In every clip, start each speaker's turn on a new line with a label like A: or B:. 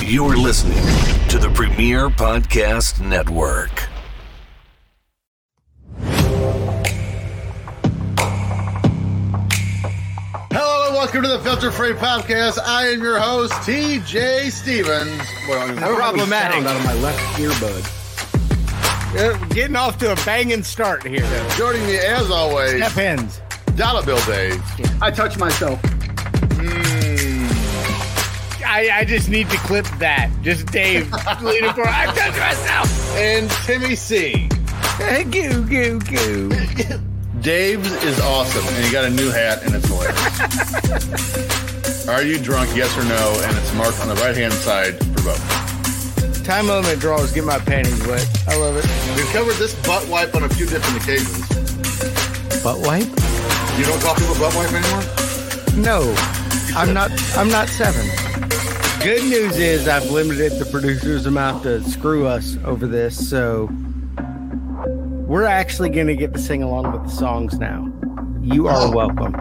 A: You're listening to the Premier Podcast Network.
B: Hello and welcome to the Filter Free Podcast. I am your host, TJ Stevens. Well, I don't
C: Problematic.
B: have any sound out of my left earbud.
C: Uh, getting off to a banging start here.
B: Joining me as always,
C: That ends.
B: Dollar Bill Dave.
D: I touch myself.
C: I, I just need to clip that. Just Dave leaning for I touched myself.
B: And Timmy C.
C: Eh, Goo goo goo.
B: Dave's is awesome, and he got a new hat, and it's hilarious. Are you drunk? Yes or no? And it's marked on the right hand side for both.
C: Time limit draws. Get my panties wet. I love it.
B: We've covered this butt wipe on a few different occasions.
C: Butt wipe?
B: You don't call people butt wipe anymore?
C: No, I'm not. I'm not seven. Good news is I've limited the producer's amount to screw us over this, so we're actually going to get to sing along with the songs now. You are welcome.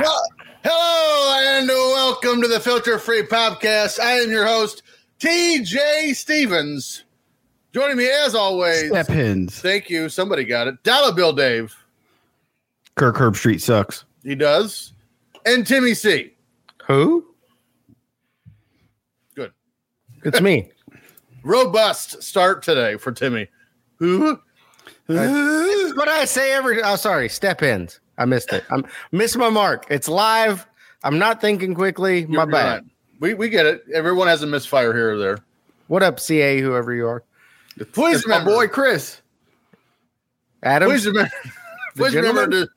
B: Well, Hello and welcome to the Filter Free Podcast. I am your host, TJ Stevens. Joining me as always,
D: Step hens.
B: thank you. Somebody got it. Dollar Bill Dave.
D: Kirk Herb Street sucks.
B: He does. And Timmy C.
C: Who?
B: Good.
C: It's me.
B: Robust start today for Timmy. Who?
C: what I say every. Oh, sorry. Step ins. I missed it. I'm missed my mark. It's live. I'm not thinking quickly. my
B: You're
C: bad.
B: not. We, we get it. Everyone has a misfire here or there.
C: What up, CA? Whoever you are,
B: Please remember,
D: Chris.
C: Adam.
B: Please remember. Please remember
C: gentleman?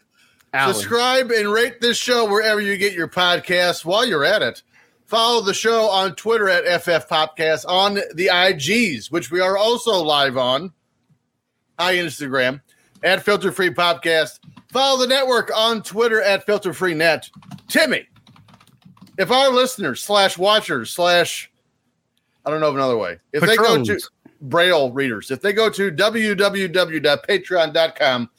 B: to Subscribe and rate this show wherever you get your podcasts while you're at it. Follow the show on Twitter at FF Podcast, on the IGs, which we are also live on, Hi Instagram, at Filter Free Podcast. Follow the network on Twitter at Filter Free Net. Timmy, if our listeners slash watchers slash, I don't know of another way, if they go to
C: Patrons.
B: Braille readers, if they go to www.patreon.com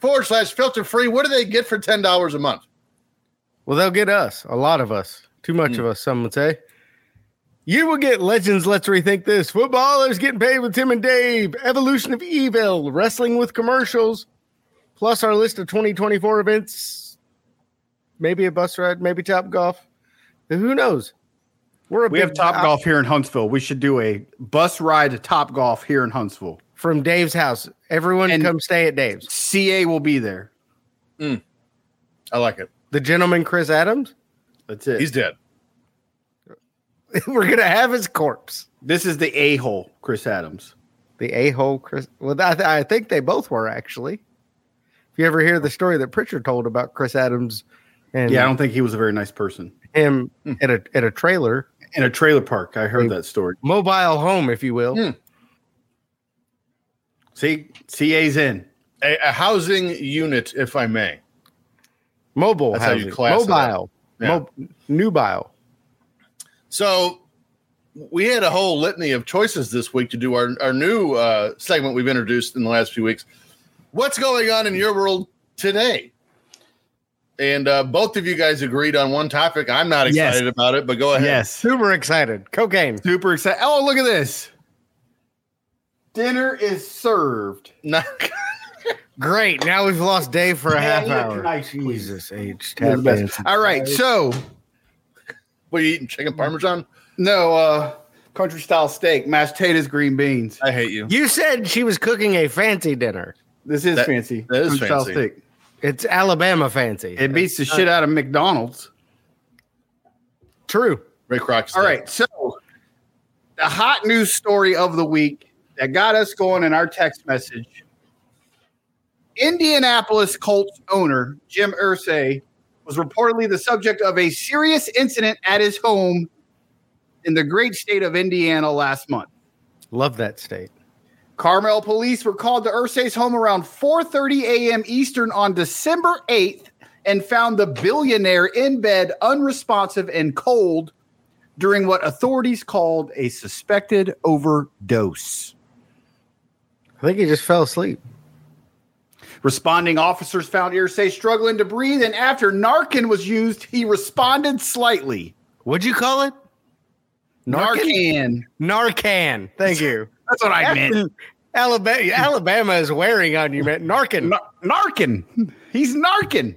B: forward slash filter free. What do they get for ten dollars a month?
C: Well, they'll get us, a lot of us, too much
D: Hmm.
C: of us, some would say. You will get Legends Let's Rethink This, Footballers Getting Paid with Tim and Dave, Evolution of Evil, Wrestling with Commercials, plus our list of 2024 events, maybe a bus ride, maybe Top Golf. Who knows? We're a
D: We have
C: big-
D: Top Golf here in Huntsville. We should do a bus ride to Top Golf here in Huntsville.
C: from Dave's house. Everyone
D: And-
C: come stay at Dave's.
D: CA will be there.
B: I like it.
C: The gentleman Chris Adams,
D: That's it.
B: He's dead.
C: we're going to have his corpse.
D: this is the a hole, Chris Adams.
C: the a hole Chris. Well, I, th- I think they both were actually. If you ever hear the story that Pritchard told about Chris Adams and
D: Yeah, I don't think he was a very nice person.
C: him at a at a trailer,
D: In a trailer park, I heard that story.
C: mobile home, if you will.
D: See, CA's in.
B: A, a housing unit, if I may.
C: Mobile
B: That's how you
C: housing.
B: class it up.
C: mobile,
B: Yeah.
C: Mob- nubile.
B: So we had a whole litany of choices this week to do our, our new uh, segment we've introduced in the last few weeks. What's going on in your world today? And uh, both of you guys agreed on one topic. I'm not
D: Yes.
B: excited about it, but go ahead.
D: Yes.
C: Super excited. Cocaine.
D: Super excited. Oh, look at this. Dinner is served.
B: No,
C: Great. Now we've lost Dave for a
D: Yeah,
C: half
D: look
C: hour.
D: nice, please.
C: Jesus, age
D: You're
C: tap
D: the best.
C: dance.
D: All right, so
B: what are you eating? Chicken parmesan?
D: no uh country style steak, mashed potatoes, green beans.
B: I hate you.
C: You said she was cooking a fancy dinner.
D: This is
B: That-
D: fancy.
B: that is
D: Country style
B: fancy.
D: steak.
C: It's Alabama fancy.
D: It beats the shit out of McDonald's.
C: True.
B: Ray Croc.
D: All right, so the hot news story of the week that got us going in our text message. Indianapolis Colts owner Jim Ursay was reportedly the subject of a serious incident at his home in the great state of Indiana last month.
C: Love that state.
D: Carmel police were called to Ursay's home around 4:30 a.m. Eastern on December 8th and found the billionaire in bed, unresponsive and cold, during what authorities called a suspected overdose.
C: I think he just fell asleep.
D: Responding officers found Irsay struggling to breathe, and after Narcan was used, he responded slightly.
C: What'd you call it?
D: Narcan.
C: Narcan. Thank you.
D: That's what I meant.
C: Alabama, Alabama is wearing on you, man. Narcan,
D: Nar- Narcan. He's Narcan.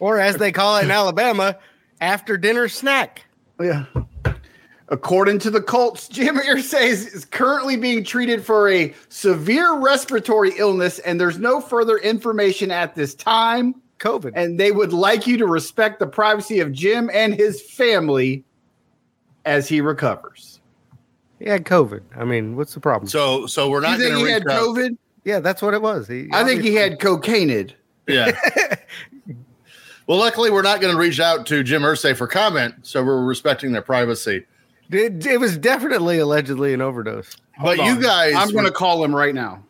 C: or as they call it in Alabama, after dinner snack.
D: Oh, Yeah. According to the Colts, Jim Irsay is currently being treated for a severe respiratory illness, and there's no further information at this time.
C: COVID.
D: And they would like you to respect the privacy of Jim and his family as he recovers.
C: he had COVID. I mean, what's the problem?
B: So, so we're
D: You
B: not
D: think
B: going
D: he
B: to
D: had
B: reach out.
D: COVID?
C: yeah, that's what it was. He,
D: I think he had cocaineid.
B: Yeah. well, luckily, we're not going to reach out to Jim Ursay for comment, so we're respecting their privacy.
C: It, it was definitely allegedly an overdose.
B: But you guys,
D: I'm going to
B: were-
D: call him right now.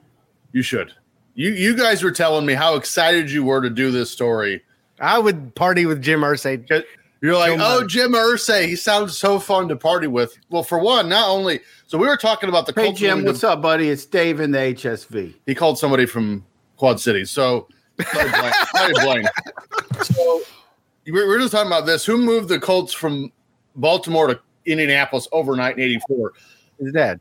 B: You should. You you guys were telling me how excited you were to do this story.
C: I would party with Jim Irsay.
B: You're like,
C: So
B: oh,
C: much.
B: Jim Ursay, he sounds so fun to party with. Well, for one, not only so we were talking about the
D: Hey,
B: Colts
D: Jim,
B: winning
D: what's
B: the-
D: up, buddy? It's Dave in the HSV.
B: He called somebody from Quad City, so sorry, Blaine. Sorry, Blaine. So we we we're just talking about this. Who moved the Colts from Baltimore to Indianapolis overnight in '84?
C: His dad.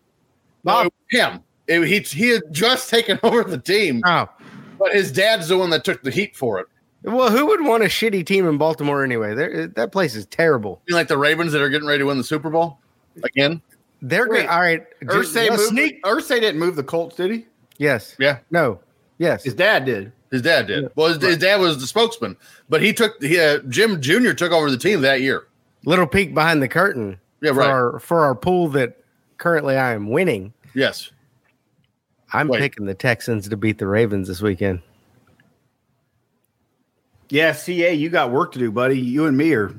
B: No, it was him. It- he he had just taken over the team,
D: Uh.
C: Oh.
B: but his dad's the one that took the heat for it.
C: Well, who would want a shitty team in Baltimore anyway? They're, that place is terrible.
B: You mean like the Ravens that are getting ready to win the Super Bowl again.
C: They're
D: Wait,
C: good. All right.
D: Ursay,
C: Just-
D: moved,
C: sneak.
D: Ursay didn't move the Colts, did he?
C: Yes.
B: Yeah,
C: No. Yes.
D: His dad did.
B: his dad did. Well, his, his dad was the spokesman, but he took he, uh, Jim Jr. took over the team that year.
C: Little peek behind the curtain.
B: Yeah,
C: for
B: right.
C: Our, for our pool that currently I am winning,
B: Yes,
C: I'm
B: Wait.
C: picking the Texans to beat the Ravens this weekend.
D: Yeah, CA, you got work to do, buddy. You and me are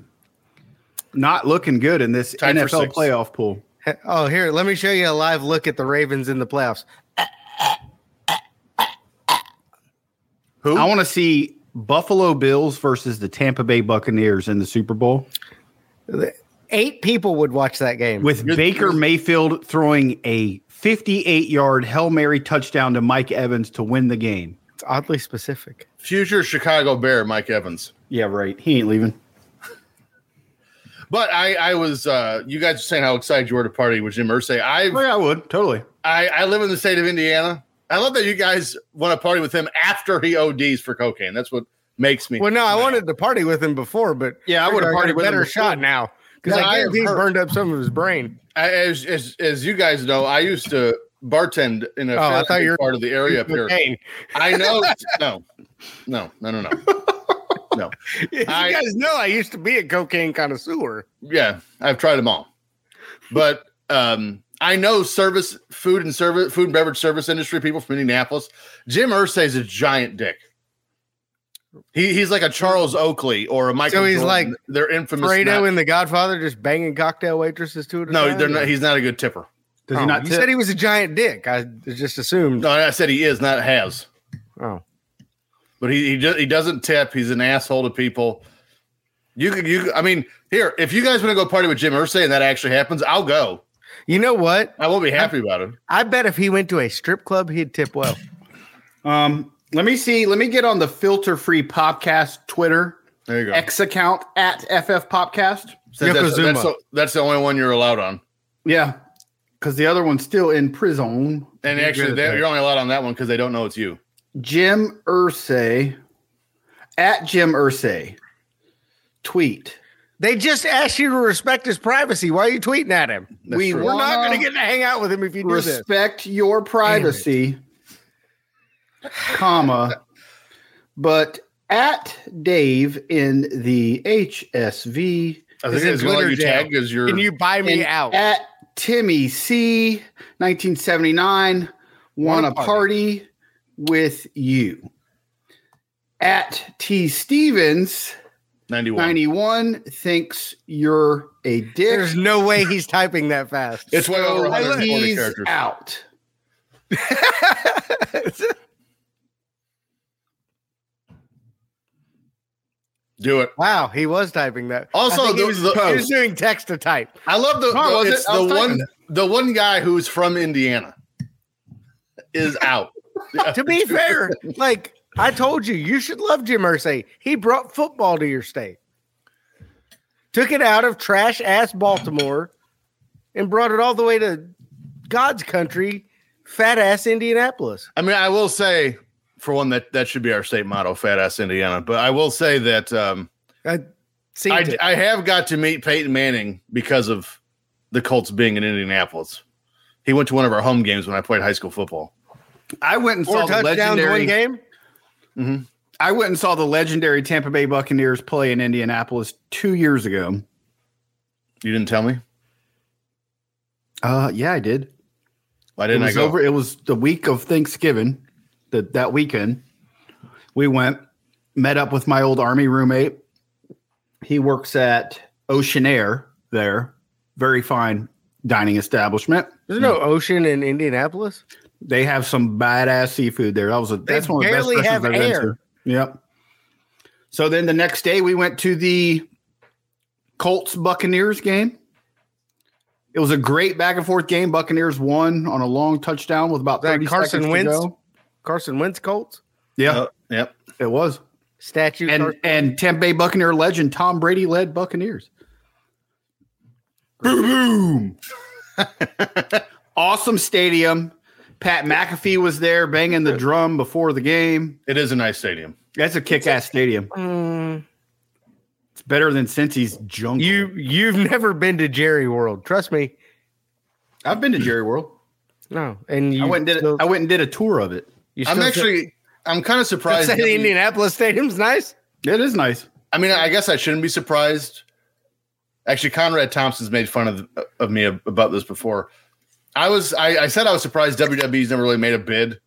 D: not looking good in this
B: Tied for
D: NFL
B: sixth.
D: playoff pool.
C: He- Oh, here, let me show you a live look at the Ravens in the playoffs.
B: who?
D: I want to see Buffalo Bills versus the Tampa Bay Buccaneers in the Super Bowl
C: Eight people would watch that game.
D: with
B: Here's-
D: Baker Mayfield throwing a 58 yard Hail Mary touchdown to Mike Evans to win the game.
C: it's oddly specific.
B: Future Chicago Bear Mike Evans.
D: Yeah, right. He ain't leaving.
B: But I, I was, uh, you guys were saying how excited you were to party with Jim Irsay.
D: Oh,
B: I,
D: yeah, I would. Totally.
B: I, I live in the state of Indiana. I love that you guys want to party with him after he ODs for cocaine. That's what makes me.
C: Well, no, I wanted to party with him before, but
D: Yeah, I
C: figured
D: would've
C: got
D: partied
C: a
D: with him
C: better
D: before.
C: shot now because
B: Yeah, I
C: I
B: have
C: guarantee he's
B: heard-
C: burned up some of his brain.
B: I, as, as as you guys know, I used to bartend in a
C: Oh, I
B: fairly
C: thought
B: big
C: you were-
B: part of the area up here.
C: Cocaine.
B: I know. No, no, no, no, no. No.
C: you
B: I-
C: guys know I used to be a cocaine connoisseur.
B: Yeah, I've tried them all, but um, I know service, food and service, food and beverage service industry people from Indianapolis. Jim Irsay is a giant dick. He, he's like a Charles Oakley or a Michael.
C: So he's
B: Jordan.
C: like
B: they're infamous.
C: Fredo
B: not-
C: and The Godfather just banging cocktail waitresses to it.
B: no, they're not. He's not a good tipper.
D: Does he not
C: Oh, you
D: tip?
C: said he was a giant dick. I just assumed.
B: No, I said he is not has,
C: Oh,
B: but he he, do, he doesn't tip. He's an asshole to people. You could you. I mean, here if you guys want to go party with Jim Irsay and that actually happens, I'll go.
C: you know what?
B: I will be happy about it.
C: I bet if he went to a strip club, he'd tip well.
D: Um, let me see. Let me get on the filter free podcast Twitter
B: There you go.
D: X account at FF Popcast.
B: Since that's,
C: Yokozuna.
B: that's, the, that's the only one you're allowed on.
D: Yeah. Because the other one's still in prison.
B: And
C: You're
B: actually,
C: good at
B: that,
C: that.
B: you're only allowed on that one because they don't know it's you.
D: Jim Ursay at Jim Ursay. Tweet.
C: They just asked you to respect his privacy. Why are you tweeting at him?
B: That's
D: we
B: true.
C: We're
D: want
C: not going to get to hang out with him if you do this.
D: respect your privacy, comma, but at Dave in the HSV
B: I
C: It's
B: think
C: in
B: it's going to let
C: Twitter
B: you
C: jail.
B: tag because you're.
C: Can you buy me
D: And
C: out?
D: At Timmy C, 1979, want
C: Wanna
D: to party with you. At T Stevens,
B: 91.
D: 91, thinks you're a dick.
C: There's no way he's typing that fast.
B: It's way over
D: So
B: 140
D: he's
B: characters.
D: out.
B: Do it.
C: Wow, he was typing that.
B: Also,
C: I think he
B: the-
C: was,
B: the
C: he was
B: post.
C: doing text to type.
B: I love the,
C: No,
B: the
C: was
B: it's
C: it? I
B: the
C: was
B: one
C: typing
B: the one guy who's from Indiana is out.
C: to be fair, like I told you, you should love Jim Irsay. He brought football to your state, took it out of trash ass Baltimore, and brought it all the way to God's country, fat ass Indianapolis.
B: I mean, I will say for one that that should be our state motto, fat ass Indiana. But I will say that um,
C: I see.
B: I, I have got to meet Peyton Manning because of the Colts being in Indianapolis. He went to one of our home games when I played high school football.
D: I went and
C: Four
D: saw the
C: touchdowns in one
D: legendary.
C: game.
D: I went and saw the legendary Tampa Bay Buccaneers play in Indianapolis two years ago.
B: You didn't tell me.
D: Uh, yeah, I did.
B: Why
D: It
B: didn't I
D: was
B: go?
D: over. It was the week of Thanksgiving. That that weekend, we went, met up with my old army roommate. He works at Ocean Air there, very fine dining establishment.
C: There's no ocean in Indianapolis.
D: They have some badass seafood there. That was a that's one of the best
C: barely
D: restaurants
C: have
D: I've been
C: air.
D: to. Yep. So then the next day we went to the Colts Buccaneers game. It was a great back and forth game. Buccaneers won on a long touchdown with about
C: Was that
D: 30
C: Carson
D: seconds
C: Wentz?
D: to go.
C: Carson Wentz Colts
D: Yeah,
B: Oh, yep.
D: it was.
C: statue.
D: And
C: Carson-
D: and Tampa Bay Buccaneer legend Tom Brady led Buccaneers. Boom! boom. awesome stadium. Pat McAfee was there banging the drum before the game.
B: It is a nice stadium.
D: That's a kick-ass stadium.
C: Mm,
D: It's better than Cincy's jungle.
C: you you've never been to Jerry World. Trust me.
D: I've been to Jerry World.
C: No, and you
D: I went and did
C: still-
D: a, I went and did a tour of it.
C: you
B: I'm
C: still-
B: actually. I'm kind of surprised.
C: Say
B: that
C: the
B: we-
C: Indianapolis Stadium's nice.
D: It is nice.
B: I mean, I guess I shouldn't be surprised. Actually, Conrad Thompson's made fun of of me ab- about this before. I was I, I said I was surprised WWE's never really made a bid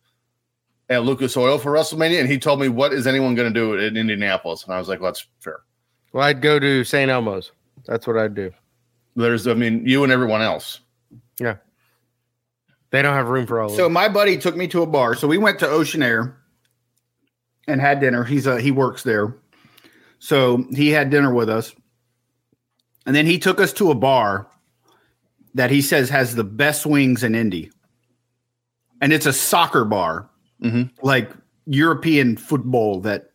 B: at Lucas Oil for WrestleMania, and he told me, "What is anyone going to do in Indianapolis?" And I was like, "Well, that's fair."
C: Well, I'd go to St. Elmo's. That's what I'd do.
B: There's, I mean, you and everyone else.
C: Yeah. They don't have room for all
D: So
C: of them.
D: my buddy took me to a bar. So we went to Ocean Air and had dinner. He's a he works there. So he had dinner with us. And then he took us to a bar that he says has the best wings in Indy. And it's a soccer bar.
B: Mhm.
D: Like European football that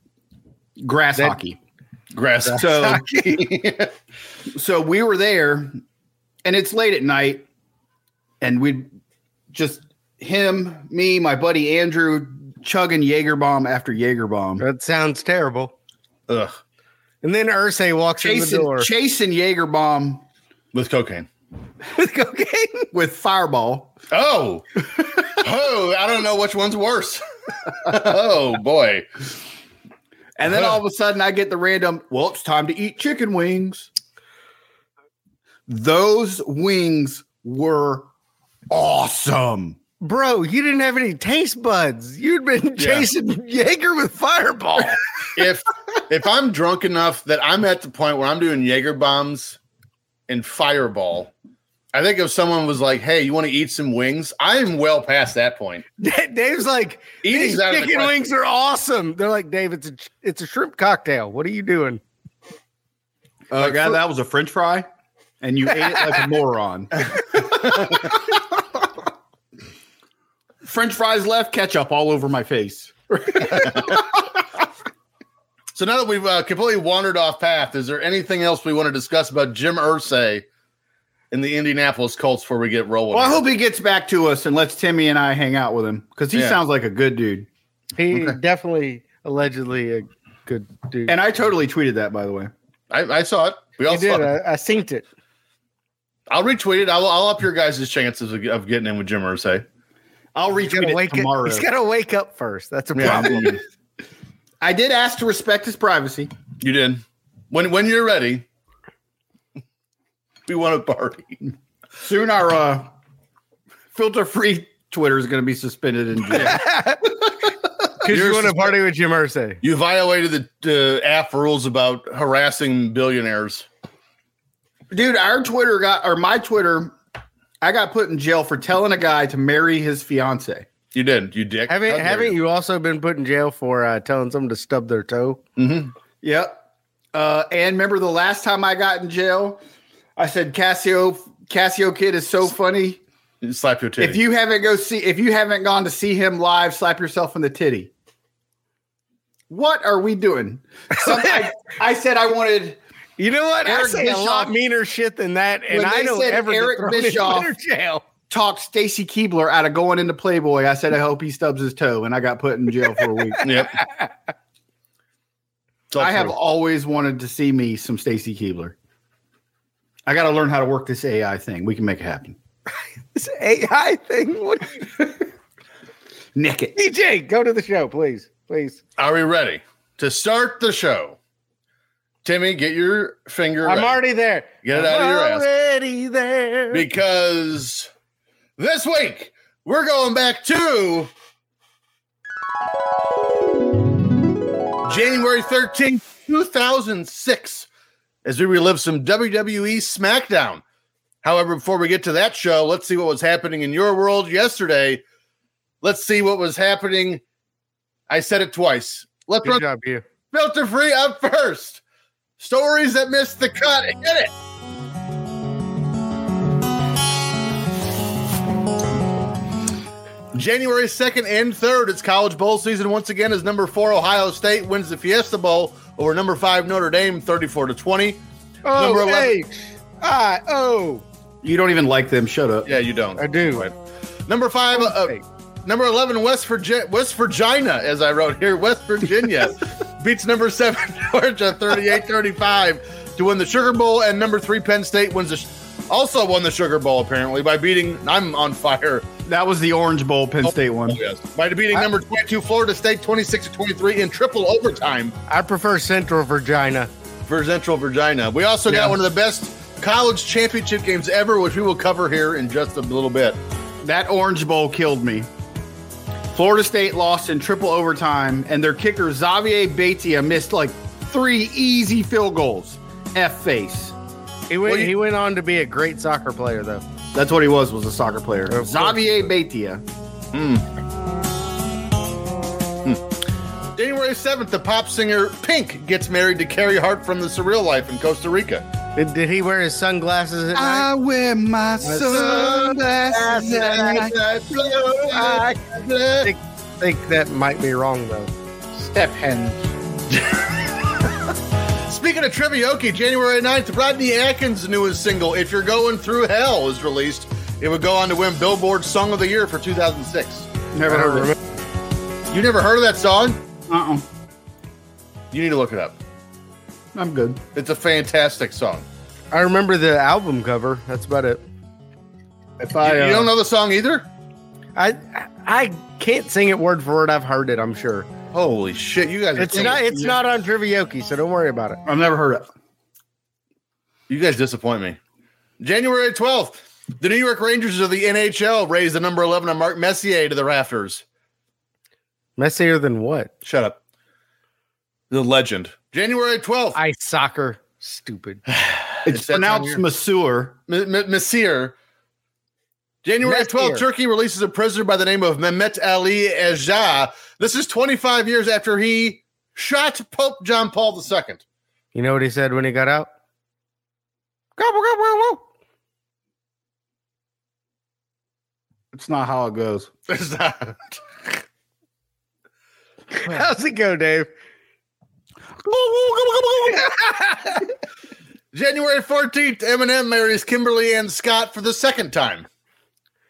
D: grass
C: That-
D: hockey.
B: Grass.
D: So so we were there and it's late at night and we just him me my buddy andrew chugging jaeger bomb after jaeger bomb
C: That sounds terrible.
B: Ugh,
C: And then Ursay walks in the
D: chasing,
C: door
D: chasing jaeger bomb
B: with cocaine.
C: with cocaine.
D: with fireball
B: Oh, oh, I don't know which one's worse. oh boy.
D: and
C: Uh-huh.
D: then all of a sudden i get the random well it's time to eat chicken wings those wings were awesome
C: Bro, you didn't have any taste buds. You'd
B: Yeah.
C: been chasing Jaeger with Fireball.
B: if if I'm drunk enough that I'm at the point where I'm doing Jaeger bombs and fireball, I think if someone was like, "Hey, you want to eat some wings?" I am well past that point.
C: Dave's like,
B: Eating's
C: these
B: out of the
C: chicken
B: question."
C: wings are awesome. They're like, Dave, it's a, it's a shrimp cocktail. What are you doing?
D: uh, God, that was a french fry and you ate it like a moron french fries left ketchup all over my face
B: So now that we've uh, completely wandered off path, is there anything else we want to discuss about Jim Ursay and the Indianapolis Colts before we get rolling?
D: well i hope he gets back to us and lets timmy and i hang out with him because he
B: Yeah.
D: sounds like a good dude
C: He definitely, allegedly, a good dude.
D: and i totally tweeted that by the way
B: I, I saw it. We all
C: I
B: saw
C: did. uh,
B: it.
C: I, I synced it.
B: I'll retweet it. I'll, I'll up your guys' chances of, of getting in with Jim Ursay.
D: i'll
C: He's gotta
D: retweet it
C: wake Up,
D: tomorrow
C: he's got to wake up first. That's a problem.
D: i did ask to respect his privacy
B: You did. When when you're ready, we want to party.
D: soon our uh, filter free twitter is going to be suspended in jail
C: Because
B: You're
C: you want to
B: suspect-
C: party with Jim Irsay.
B: You violated the uh, app rules about harassing billionaires.
D: Dude, our Twitter got or my Twitter, I got put in jail for telling a guy to marry his fiance.
B: You did, you dick.
C: Haven't
B: How dare
C: haven't you also been put in jail for uh, telling someone to stub their toe?
B: Mhm.
D: Yep. Uh, and remember the last time I got in jail, I said Casio Casio Kid is so funny.
B: You slap your titty.
D: If you haven't go see if you haven't gone to see him live, slap yourself in the titty. What are we doing? Some, I, I said I wanted
C: You know what? I
D: Eric
C: say a lot
D: Bischoff-
C: meaner shit than that, and
D: When
C: I
D: they
C: don't
D: said
C: ever get
D: Eric
C: thrown in
D: Bischoff-
C: winter jail.
D: talked Stacy Keebler out of going into Playboy. I said I hope he stubs his toe, and I got put in jail for a week.
B: yep. It's all
D: I have
B: true.
D: always wanted to see me some Stacy Keebler. I got to learn how to work this AI thing. We can make it happen.
C: This AI thing. What?
D: Nick it.
C: DJ, go to the show, please, please.
B: Are we ready to start the show? Timmy, get your finger.
C: I'm
B: ready.
C: already there.
B: Get it
C: I'm
B: out of your ass.
C: Already there.
B: because this week we're going back to January 13th, 2006, as we relive some WWE SmackDown. However, before we get to that show, let's see what was happening in your world yesterday. Let's see what was happening. I said it twice. Let's run
C: Good job, you.
B: filter free up first. Stories that missed the cut. Hit it. January 2nd and 3rd, it's College Bowl season once again as number 4 Ohio State wins the Fiesta Bowl over number 5 Notre Dame 34 to 20.
C: Oh,
B: Number 11.
C: H I oh. O.
D: You don't even like them. Shut up.
B: Yeah, you don't.
C: I do.
B: Number 5 uh, uh,
C: Hey.
B: number 11 West Virginia West Virginia as I wrote here, West Virginia beats number 7 Georgia 38-35 to win the Sugar Bowl and number 3 Penn State wins the sh- also won the Sugar Bowl apparently by beating I'm on fire.
D: That was the Orange Bowl Penn State one.
B: Yes. By beating number 22 Florida State 26 to 23 in triple overtime.
C: I prefer Central Virginia.
B: for Central Virginia. We also
D: Yeah.
B: got one of the best college championship games ever, which we will cover here in just a little bit.
D: That Orange Bowl killed me. Florida State lost in triple overtime, and their kicker Xavier Batia missed like three easy field goals. F face.
C: He went.
B: Well, you-
C: he went on to be a great soccer player, though.
D: That's what he was. Was a soccer player.
C: course.
D: Xavier Batia.
B: January 7th, the pop singer Pink gets married to Carrie Hart from The Surreal Life in Costa Rica.
C: Did, did he wear his sunglasses at night?
D: wear my
C: sunglasses at night. I think, think that might be wrong though.
D: Step hen.
B: Speaking of trivioke, January 9th, Rodney Atkins' newest single, If You're Going Through Hell, is released. It would go on to win Billboard Song of the Year for 2006.
D: Never
C: I don't
D: heard of it.
C: remember.
B: You never heard of that song?
D: Uh uh-uh.
B: You need to look it up.
D: uh. i am good.
B: It's a fantastic song.
C: I remember the album cover. That's about it.
D: If I
B: you
D: uh,
B: don't know the song either?
C: I I can't sing it word for word. I've heard it. I'm sure.
B: Holy shit, you guys are
C: It's
B: killing
C: not.
B: it.
C: It's not on Trivioki, so don't worry about it.
D: I've never heard of. it.
B: You guys disappoint me. January 12th, the New York Rangers of the NHL raised the number 11 of Mark Messier to the rafters.
C: Messier than what?
B: Shut up. The legend. January 12th,
C: Ice soccer. Stupid.
D: It's,
B: It's that time
D: pronounced
B: of year.
D: masseur.
B: M- M- Messier. January
C: Messier.
B: 12th, Turkey releases a prisoner by the name of Mehmet Ali Ejah. This is 25 years after he shot Pope John Paul II.
C: You know what he said when he got out? Gobble, gobble, gobble.
D: It's not how it goes.
B: It's not-
C: How's it go, Dave?
B: January 14th, Eminem marries Kimberly Ann Scott for the second time.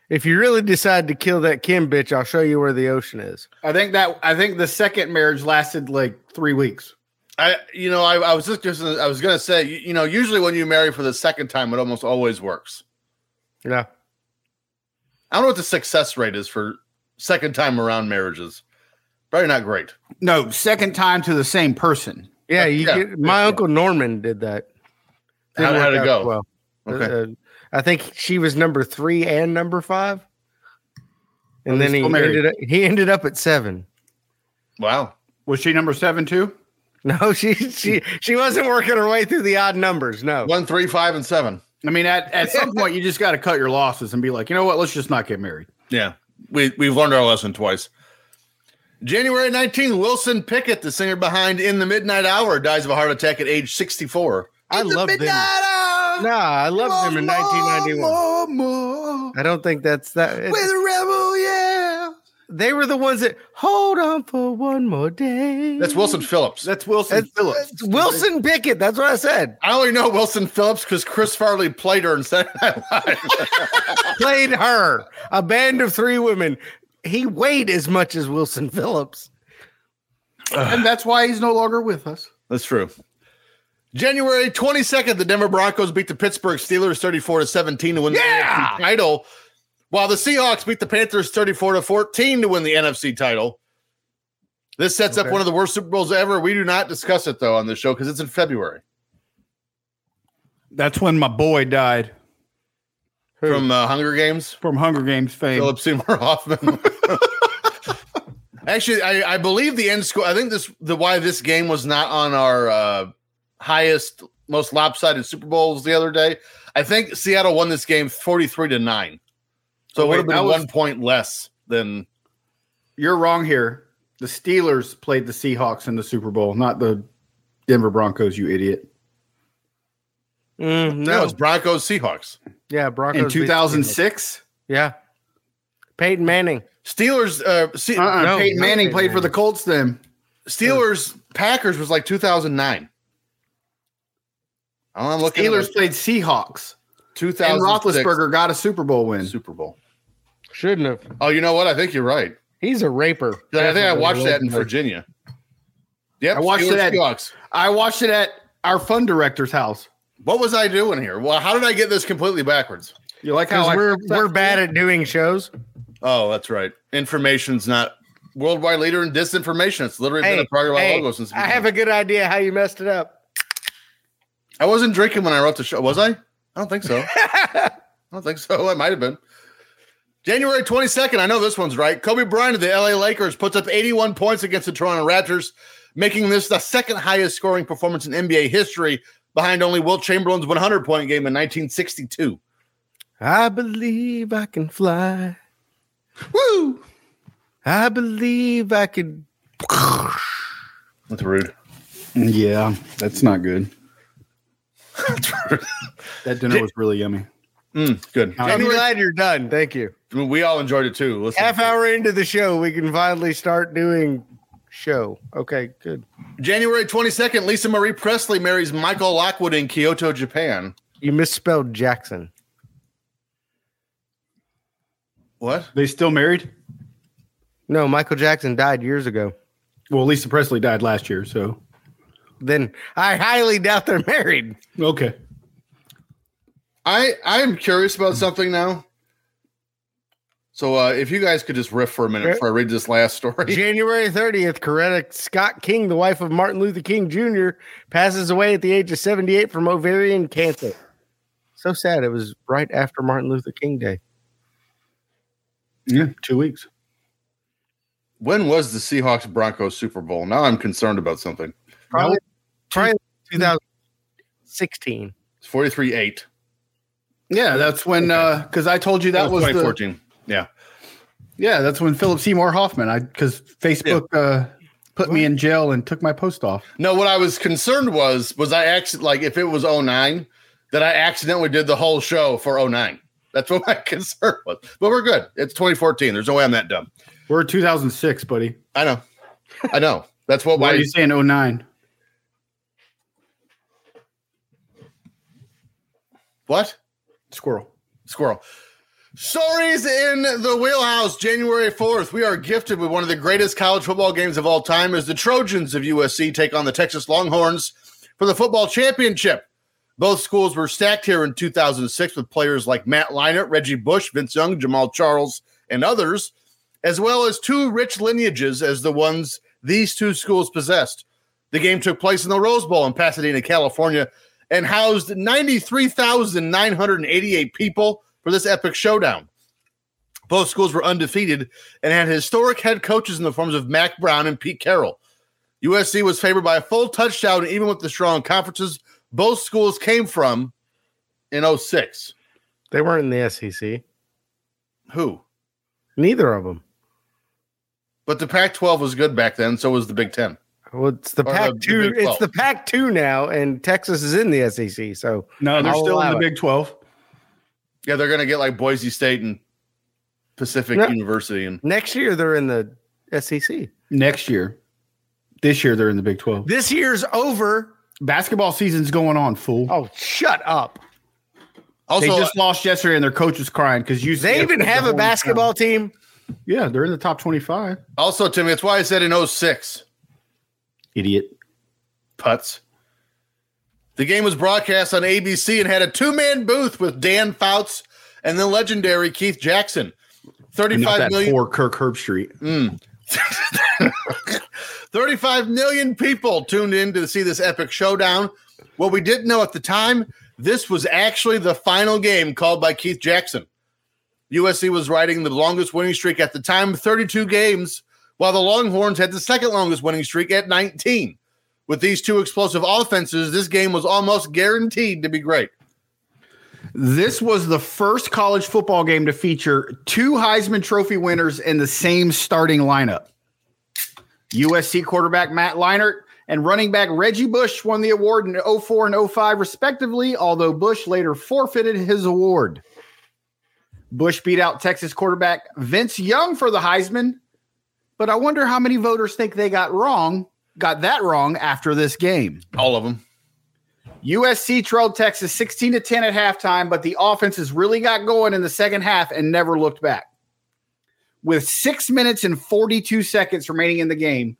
C: If you really decide to kill that Kim bitch, I'll show you where the ocean is.
D: I think that I think the second marriage lasted like three weeks.
B: I, you know, I, I was just, just, I was gonna say, you, you know, usually when you marry for the second time, it almost always works.
C: Yeah.
B: I don't know what the success rate is for second time around marriages. Probably not great.
D: No, second time to the same person.
C: Yeah, you
B: Yeah,
C: get my
B: yeah,
C: uncle Norman did that.
B: How-
C: Didn't
B: how'd
C: work
B: it
C: out
B: go?
C: Well,
B: Okay.
C: Uh, I think she was number three and number five,
B: Oh,
C: and then he
D: still married.
C: ended up, he ended up at seven.
B: Wow.
D: Was she number seven too?
C: No, she she she wasn't working her way through the odd numbers. No,
B: One, three, five, and seven.
D: I mean, at, at some point you just got to cut your losses and be like, you know what? Let's just not get married.
B: Yeah. We we've learned our lesson twice. January 19th, Wilson Pickett, the singer behind In the Midnight Hour, dies of a heart attack at age 64.
C: I love them. Nah,
D: Hour,
C: I loved them in 1991.
D: more, more,
C: I don't think that's that. it-
D: with a rebel, yeah.
C: they were the ones that hold on for one more day.
B: That's Wilson Phillips.
D: That's Wilson
C: That's-
D: Phillips.
C: It's Wilson Pickett. That's what I said.
B: I only know Wilson Phillips because Chris Farley played her in Saturday Night Live.
C: Played her, a band of three women. He weighed as much as Wilson Phillips.
D: and that's why he's no longer with us.
B: That's true. January 22nd, the Denver Broncos beat the Pittsburgh Steelers 34 to 17 to win
D: Yeah!
B: the NFC title, while the Seahawks beat the Panthers 34 to 14 to win the NFC title. This sets
C: Okay.
B: up one of the worst Super Bowls ever. We do not discuss it though on this show because it's in February
D: That's when my boy died
B: from uh, Hunger Games.
D: from Hunger Games fame.
B: Philip Seymour Hoffman. Actually, I, I believe the end score. I think this the why this game was not on our uh, highest, most lopsided Super Bowls the other day. I think Seattle won this game forty three to nine, so
D: Oh,
B: it would have
D: wait,
B: been
D: that was-
B: one point less than.
D: You're wrong here. The Steelers played the Seahawks in the Super Bowl, not the Denver Broncos, you idiot.
C: Mm,
B: No,
C: no,
B: it's Broncos Seahawks.
C: yeah, Broncos
D: in
C: beat the Steelers.
D: 2006?
C: Yeah, Peyton Manning.
B: Steelers, uh, Se-
D: Uh-uh,
C: No,
D: Peyton
C: no,
D: Manning
C: Peyton
D: played for the
C: Manning.
D: Colts then.
B: Steelers, Packers was like two thousand nine. I'm looking.
D: Steelers
B: Steelers
D: played Seahawks.
B: two thousand
D: And Roethlisberger got a Super Bowl win.
B: Super Bowl.
C: Shouldn't have.
B: Oh, you know what? I think you're right.
C: He's a raper.
B: I think I
C: Definitely
B: watched that in
C: Wilson.
B: Virginia. Yep,
D: I watched
B: Steelers,
D: that.
B: Seahawks.
D: I watched it at our fund director's house.
B: What was I doing here? Well, how did I get this completely backwards?
D: You like how
C: Because
D: I-
C: we're we're bad at doing shows.
B: Oh, that's right. Information's not worldwide leader in disinformation. It's literally been a part of my
C: hey,
B: logo since. the
C: I have a good idea how you messed it up.
B: beginning. I wasn't drinking when I wrote the show, was I? I don't think so. I don't think so. I might have been. January 22nd. I know this one's right. Kobe Bryant of the LA Lakers puts up 81 points against the Toronto Raptors, making this the second highest scoring performance in NBA history, behind only Wilt Chamberlain's 100 point game in 1962.
C: I believe I can fly.
B: Woo!
C: I believe I could.
B: That's rude.
D: Yeah, that's not good. that dinner was really yummy.
B: Mm, good.
D: I'm
C: I'm
B: January-
C: glad you're done. Thank you.
B: I mean, we all enjoyed it too. Listen,
C: Half hour into the show, we can finally start doing show. Okay, good.
B: January 22nd, Lisa Marie Presley marries Michael Lockwood in Kyoto, Japan.
C: You misspelled Jackson.
B: What?
D: They still married?
C: No, Michael Jackson died years ago.
D: Well, Lisa Presley died last year, so
C: Then I highly doubt they're married.
D: okay.
B: I I'm curious about something now. So uh, if you guys could just riff for a minute
C: Yeah.
B: before I read this last story.
C: January 30th, Coretta Scott King, the wife of Martin Luther King Jr., passes away at the age of 78 from ovarian cancer. So sad. It was right after Martin Luther King Day.
D: Yeah, two weeks.
B: When was the Seahawks Broncos Super Bowl? Now I'm concerned about something.
C: Probably, probably 2016.
B: It's 43 8.
D: Yeah, that's when because I told you that was, the
B: 2014. yeah.
D: yeah that's when Philip Seymour Hoffman I because Facebook uh, put me in jail and took my post off.
B: No, what I was concerned was was I accident like if it was 09 that I accidentally did the whole show for 09. That's what my concern was. But we're good. It's 2014. There's no way I'm that dumb.
D: We're 2006, buddy.
B: I know. I know. That's what
D: Why
B: why
D: are you oh saying 09?
B: what?
D: Squirrel.
B: Squirrel. Stories in the wheelhouse, January 4th. We are gifted with one of the greatest college football games of all time as the Trojans of USC take on the Texas Longhorns for the football championship. Both schools were stacked here in 2006 with players like Matt Leinart, Reggie Bush, Vince Young, Jamal Charles, and others, as well as two rich lineages as the ones these two schools possessed. The game took place in the Rose Bowl in Pasadena, California, and housed 93,988 people for this epic showdown. Both schools were undefeated and had historic head coaches in the forms of Mac Brown and Pete Carroll. USC was favored by a full touchdown, and even with the strong conferences both schools came from in 06.
C: They E weren't in the SEC.
B: Who?
C: Neither of them.
B: But the Pac 12 was good back then. So was the Big Ten.
C: Well, it's the
B: Or the-
C: Pac
B: the
C: two.
B: Big
C: It's
B: 12.
C: the Pac two now, and Texas is in the SEC. So
D: No, they're
C: I'll
D: still in
C: allow
D: the
C: it.
D: Big Twelve.
B: Yeah, they're going to get like Boise State and Pacific
C: No.
B: University. And
C: next year they're in the E SEC.
D: Next year, this year they're in the Big Twelve.
C: This year's over.
D: Basketball season's going on, fool.
C: Oh, shut up!
B: also,
D: they just lost yesterday, and their coach was crying because you.
C: They even have a basketball team.
D: Yeah, they're in the top twenty-five.
B: also, Timmy, that's why I said in 06
D: Idiot.
B: putts. The game was broadcast on ABC and had a two man booth with Dan Fouts and the legendary Keith Jackson.
D: Not
B: 35
D: that
B: million,
D: poor Kirk Herbstreit.
B: 35 million people tuned in to see this epic showdown. What we didn't know at the time, this was actually the final game called by Keith Jackson. USC was riding the longest winning streak at the time, 32 games, while the Longhorns had the second longest winning streak at 19. With these two explosive offenses, this game was almost guaranteed to be great.
D: This was the first college football game to feature two Heisman Trophy winners in the same starting lineup. USC quarterback Matt Leinart and running back Reggie Bush won the award in 04 and 05, respectively, although Bush later forfeited his award. Bush beat out Texas quarterback Vince Young for the Heisman, but I wonder how many voters think they got wrong, got that wrong after this game.
B: All of them.
D: USC trailed Texas 16 to 10 at halftime, but the offenses really got going in the second half and never looked back. With six minutes and 42 seconds remaining in the game,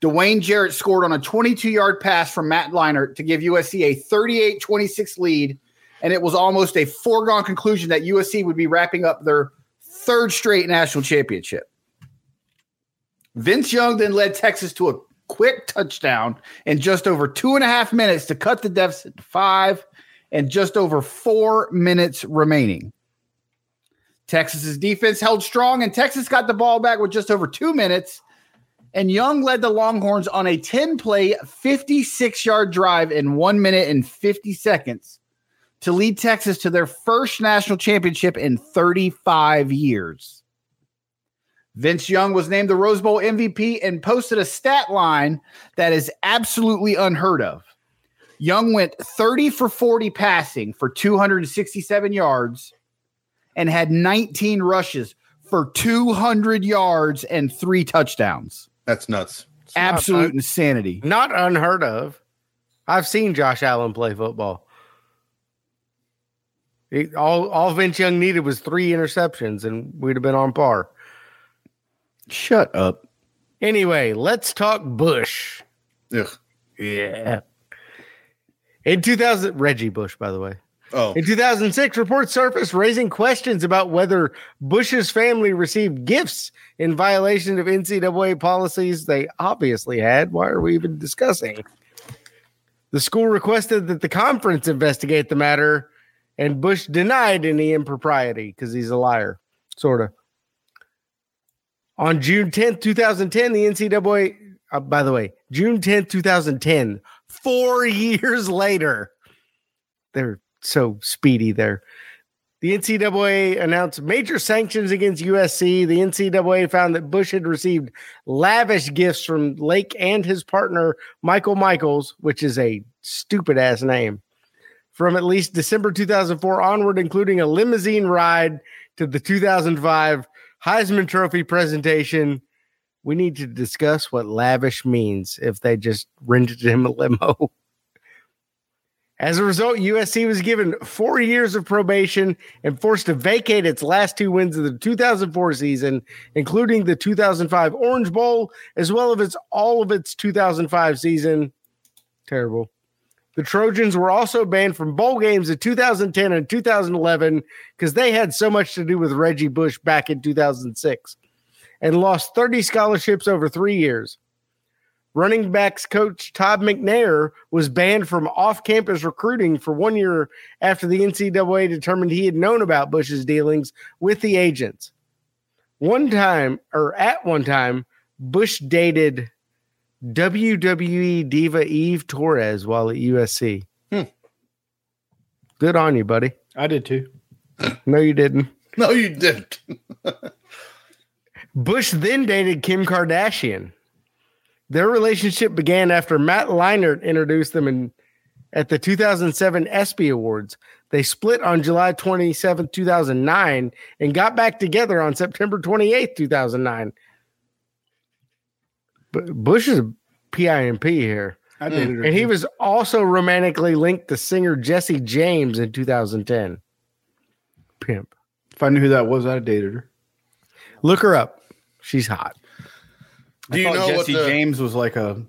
D: Dwayne Jarrett scored on a 22 yard pass from Matt Leinart to give USC a 38 26 lead. And it was almost a foregone conclusion that USC would be wrapping up their third straight national championship. Vince Young then led Texas to a quick touchdown in just over two and a half minutes to cut the deficit to five and just over four minutes remaining. Texas's defense held strong and Texas got the ball back with just over two minutes. And Young led the Longhorns on a 10 play, 56 yard drive in one minute and 50 seconds to lead Texas to their first national championship in 35 years. Vince Young was named the Rose Bowl MVP and posted a stat line that is absolutely unheard of. Young went 30 for 40 passing for 267 yards and had 19 rushes for 200 yards and three touchdowns.
B: That's nuts.
C: It's not
D: Absolute insanity.
C: not unheard of. I've seen Josh Allen play football. It- all all Vince Young needed was three interceptions, and we'd have been on par.
D: Shut up.
C: Anyway, let's talk Bush.
B: Ugh.
C: Yeah. In 2000, Reggie Bush, by the way.
B: Oh,
C: In 2006, reports surfaced raising questions about whether Bush's family received gifts in violation of NCAA policies they obviously had. Why are we even discussing? The school requested that the conference investigate the matter, and Bush denied any impropriety because he's a liar, sort of. On June 10th, 2010, the NCAA, uh, by the way, June 10th, 2010, four years later they're so speedy there. The NCAA announced major sanctions against USC. The NCAA found that Bush had received lavish gifts from Lake and his partner, Michael Michaels, which is a stupid ass name, from at least December 2004 onward, including a limousine ride to the 2005 Heisman Trophy presentation. We need to discuss what lavish means if they just rented him a limo. As a result, USC was given four years of probation and forced to vacate its last two wins of the 2004 season, including the 2005 Orange Bowl, as well as its, all of its 2005 season. Terrible. The Trojans were also banned from bowl games in 2010 and 2011 because they had so much to do with Reggie Bush back in 2006 and lost 30 scholarships over three years. Running backs coach Todd McNair was banned from off campus recruiting for one year after the NCAA determined he had known about Bush's dealings with the agents. One time, or at one time, Bush dated WWE diva Eve Torres while at USC.
B: Hmm.
C: Good on you, buddy.
D: I did too.
C: No, you didn't.
B: no, you didn't.
C: Bush then dated Kim Kardashian. Their relationship began after Matt Leinart introduced them in at the 2007 ESPY Awards. They split on July 27, 2009, and got back together on September 28, 2009. But Bush is a PIMP here.
D: I did it.
C: And he was also romantically linked to singer Jesse James in 2010. Pimp.
D: If I knew who that was, I'd have dated her.
C: Look her up. She's hot.
B: Do you
D: I thought
B: know what
D: Oh, Jesse
B: the,
D: James was like a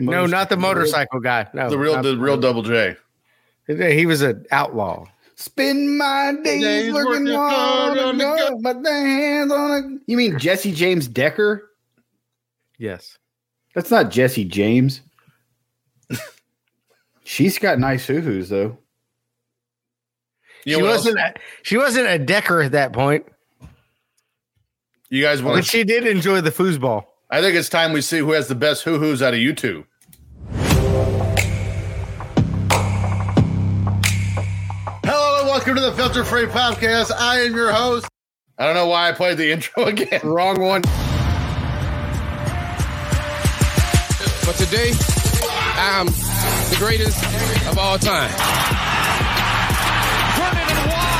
C: No, not the motorcycle guy. No,
B: the real
C: not-
B: the real double J?
C: He was an outlaw.
D: spend my days,
B: Days
D: working
B: working hard
D: hard
B: on
D: on
B: the
D: the but the hands on a. You mean Jesse James Decker?
C: Yes.
D: That's not Jesse James. She's got nice hoo-hoos though.
B: You,
C: she
B: know what else?
C: wasn't. A, she wasn't a decker at that point,
B: you guys
C: but
B: want to?
C: she did enjoy the foosball.
B: I think it's time we see who has the best hoo hoos out of you two. Hello and welcome to the Filter Free Podcast. I am your host. I don't know why I played the intro again.
C: Wrong one.
E: But today, I'm the greatest of all time.
F: Vernon and Wah.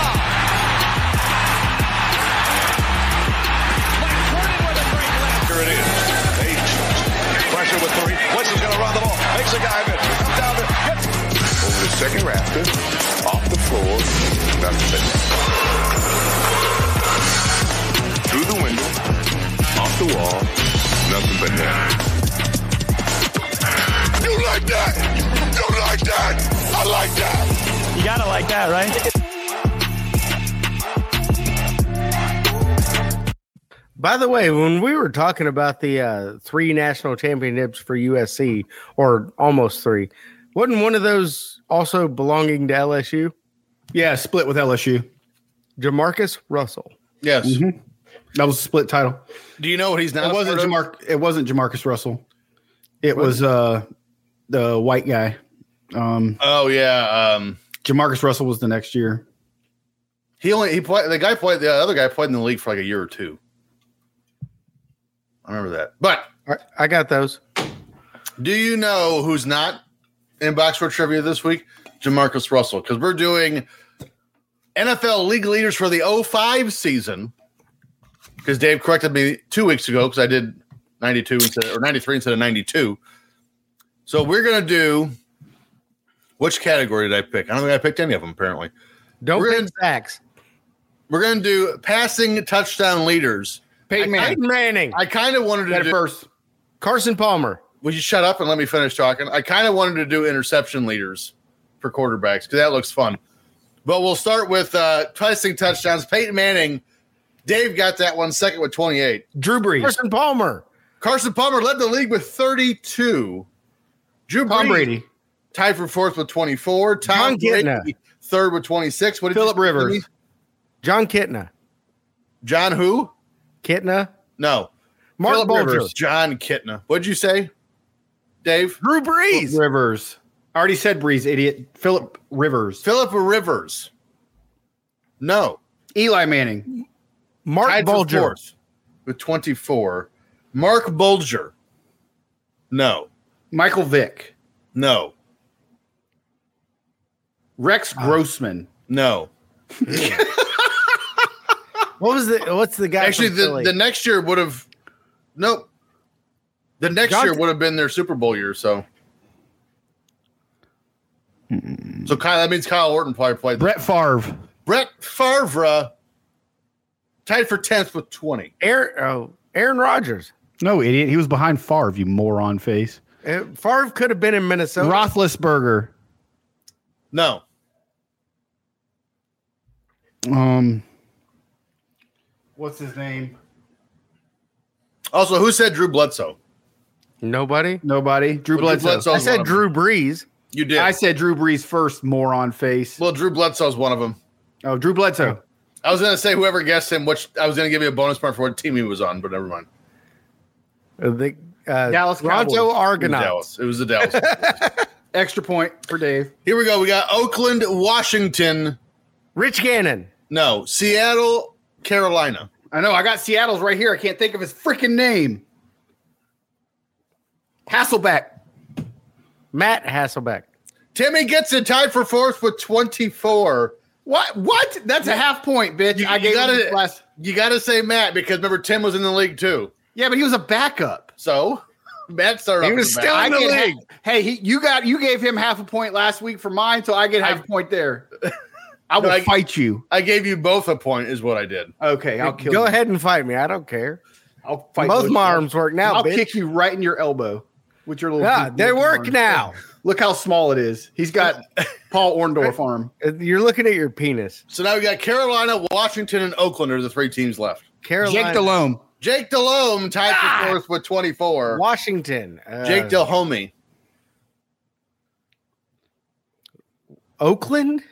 F: McCurdy with a great left.
G: Here it is. Eight. Pressure with three. Winston's going to run the ball. Makes a guy miss. Come down there. Hit. Over the second rafter. Off the floor. Nothing. Through the window. Off the wall. Nothing but net. You like that? You like that? I like that.
F: You got it like that, right?
C: By the way, when we were talking about the uh, three national championships for USC, or almost three, wasn't one of those also belonging to LSU?
D: Yeah, split with LSU.
C: Jamarcus Russell.
B: Yes.
D: That was a split title.
B: Mm-hmm. Do you know what he's not?
D: It wasn't
B: part of?
D: Jamar. It wasn't Jamarcus Russell. It was uh the white guy. Um
B: Oh yeah. Um,
D: Jamarcus Russell was the next year.
B: He only he played the guy played the other guy played in the league for like a year or two. I remember that. But
C: All right, I got those.
B: do you know who's not in box for trivia this week? Jamarcus Russell, because we're doing NFL league leaders for the 05 season. Because Dave corrected me two weeks ago because I did 92 instead or 93 instead of 92. So we're gonna do which category did I pick? I don't think I picked any of them apparently.
C: Don't
B: We're
C: pick
B: gonna-
C: sacks.
B: We're gonna do passing touchdown leaders.
D: Peyton Manning.
C: Peyton Manning,
B: I kind of wanted to
D: At
B: do,
D: first.
C: Carson Palmer.
B: Would you shut up and let me finish talking? I kind of wanted to do interception leaders for quarterbacks because that looks fun. But we'll start with uh, passing touchdowns. Peyton Manning, Dave got that one second with 28.
C: Drew Brees. Carson Palmer.
B: Carson Palmer led the league with 32. Drew
D: Tom
B: Brees
D: Brady.
B: tied for fourth with 24. Tom
C: John Kitna.
B: Brady third with 26. What did you
D: Philip
B: say,
D: Rivers.
B: Jimmy?
C: John Kitna.
B: John who?
C: Kitna.
B: No.
C: Mark
B: Philip
C: Bulger.
B: Rivers. John Kitna. What'd you say, Dave?
C: Drew Brees.
D: Rivers. I already said Breeze, idiot. Philip Rivers.
B: Philip Rivers. No.
D: Eli Manning.
C: Mark
B: Tied for
C: Bulger.
B: fourth with 24. Mark Bulger. No.
D: Michael Vick.
B: No.
D: Rex Grossman.
B: No.
C: What was the what's the guy?
B: Actually,
C: from
B: the,
C: Philly?
B: the next year would have. Nope. The next
C: Johnson-
B: year would have been their Super Bowl year. So.
C: Hmm.
B: So Kyle, that means Kyle Orton probably played. Brett,
D: Brett Favre.
B: Brett Favre tied for tenth with twenty.
C: Aaron, oh, Aaron Rodgers.
D: No, idiot. He was behind Favre, you moron face.
C: Uh, Favre could have been in Minnesota.
D: Roethlisberger.
B: No,
D: Um, What's his name?
B: Also, who said Drew Bledsoe?
C: Nobody.
D: Nobody. Drew
B: Well, Drew
D: Bledsoe.
B: Bledsoe.
C: I said Drew Brees.
B: You did.
D: I said Drew Brees first, moron face.
B: well, Drew Bledsoe's one of them.
D: Oh, Drew Bledsoe.
B: I was gonna say whoever guessed him, which I was gonna give you a bonus point for what team he was on, but never mind.
C: Uh, The uh,
D: Dallas
C: Toronto
D: Cowboys.
C: Argonauts.
B: Dallas. It was the Dallas.
D: Extra point for Dave.
B: Here we go. We got Oakland, Washington.
C: Rich Gannon.
B: No, Seattle, Carolina.
D: I know. I got Seattle's right here. I can't think of his freaking name. Hasselback.
C: Matt Hasselbeck.
B: Timmy gets it tied for fourth with 24.
D: What? What? That's a half point, bitch.
B: You,
D: I
B: you
D: gave him
B: gotta,
D: his last.
B: you gotta say Matt because remember Tim was in the league too.
D: Yeah, but he was a backup.
B: So Matt started.
C: He
B: off
C: was
B: as a
C: still
B: back.
C: in the
D: get
C: league.
D: half- hey, he, you got you gave him half a point last week for mine, so I get half a point there. I will
B: I-
D: fight you.
B: I gave you both a point, is what I did.
D: Okay, I'll kill.
C: Go
D: you.
C: ahead and fight me. I don't care.
D: I'll fight
C: Both
D: you.
C: my arms work now,
D: I'll
C: bitch.
D: kick you right in your elbow with your little.
C: God, they work
D: arms.
C: now.
D: Look how small it is. He's got Paul Orndorff arm.
C: Uh, You're looking at your penis.
B: So now we got Carolina, Washington, and Oakland are the three teams left.
C: Carolina.
D: Delhomme.
B: Jake Delhomme tied for fourth with 24.
C: Washington. Uh,
B: Jake Delhomme.
C: Oakland.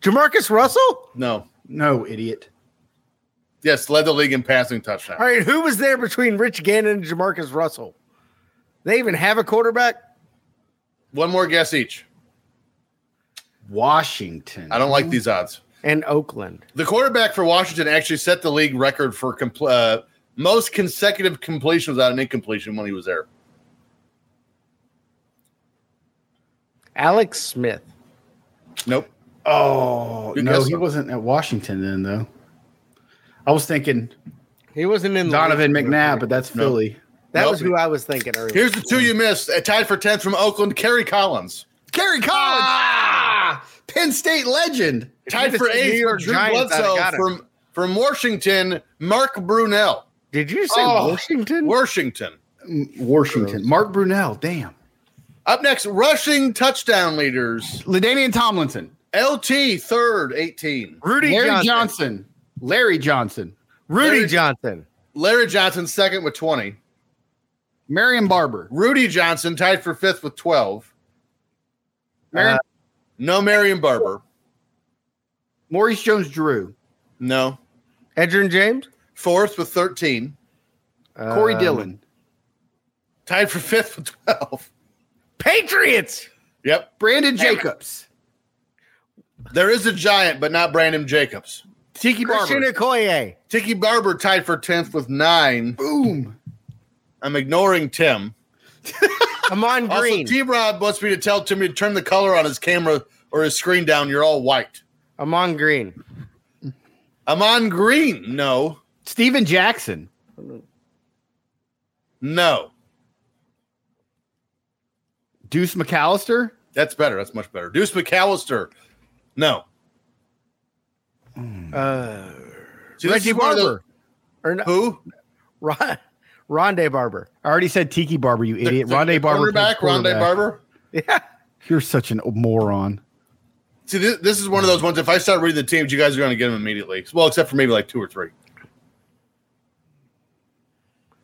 C: Jamarcus Russell.
B: No.
D: No idiot.
B: Yes, led the league in passing touchdown.
C: All right, who was there between Rich Gannon and Jamarcus Russell? They even have a quarterback.
B: One more guess each.
D: Washington.
B: I don't
C: Mm-hmm.
B: like these odds.
C: And Oakland.
B: The quarterback for Washington actually set the league record for compl- uh, most consecutive completions without an incompletion when he was there.
C: Alex Smith.
B: Nope.
D: Oh
B: Good
D: no,
B: guess,
D: he
B: though.
D: wasn't at Washington then though. I was thinking
C: He wasn't in the
D: Donovan
C: league.
D: McNabb, but that's Philly.
C: That
B: Nope.
C: was who I was thinking earlier.
B: Here's the two you missed. Uh, tied for 10th from Oakland, Kerry Collins.
D: Kerry Collins, ah, Penn State legend.
B: Tied
C: it's
B: for
C: the
B: 8th
C: New
B: for
C: York
B: Drew
C: Giants, I'd have
B: Bledsoe
C: got him.
B: from, from Washington, Mark Brunell.
C: Did you say
B: Oh,
C: Washington?
B: Washington.
D: Washington. Mark Brunell. Damn.
B: Up next, rushing touchdown leaders.
D: Ladanian Tomlinson.
B: LT third, 18.
C: Rudy
D: Larry Johnson.
C: Johnson.
D: Larry Johnson.
C: Rudy
B: Larry-
C: Johnson.
B: Larry Johnson second with 20.
D: Marion Barber.
B: Rudy Johnson tied for fifth with 12.
D: Marion,
B: No Marion Barber.
D: Maurice Jones Drew.
B: No.
C: Edgerrin James.
B: Fourth with 13.
D: Corey
C: Um,
D: Dillon.
B: Tied for fifth with 12.
C: Patriots.
B: Yep.
D: Brandon Jacobs.
B: There is a giant, but not Brandon Jacobs.
D: Tiki
C: Christian
D: Barber.
C: Okoye.
B: Tiki Barber tied for 10th with nine.
D: Boom.
B: I'm ignoring Tim.
C: Amon
B: Also,
C: Green.
B: T Rob wants me to tell Timmy to turn the color on his camera or his screen down. You're all white.
C: Amon Green.
B: I'm on green. No.
D: Steven Jackson.
B: No.
D: Deuce McAllister.
B: That's better. That's much better. Deuce McAllister. No.
C: Uh,
B: See, this
C: Reggie
B: is one of the-
C: Barber. Or no,
B: Who?
C: Ron, Rondé Barber.
D: I already said Tiki Barber, you idiot.
B: The- the
D: Rondé Barber.
B: Quarterback,
D: plays
B: Rondé
D: quarterback.
B: Barber.
C: Yeah.
D: You're such a moron.
B: See, this, this is one of those ones. If I start reading the teams, you guys are going to get them immediately. Well, except for maybe like two or three.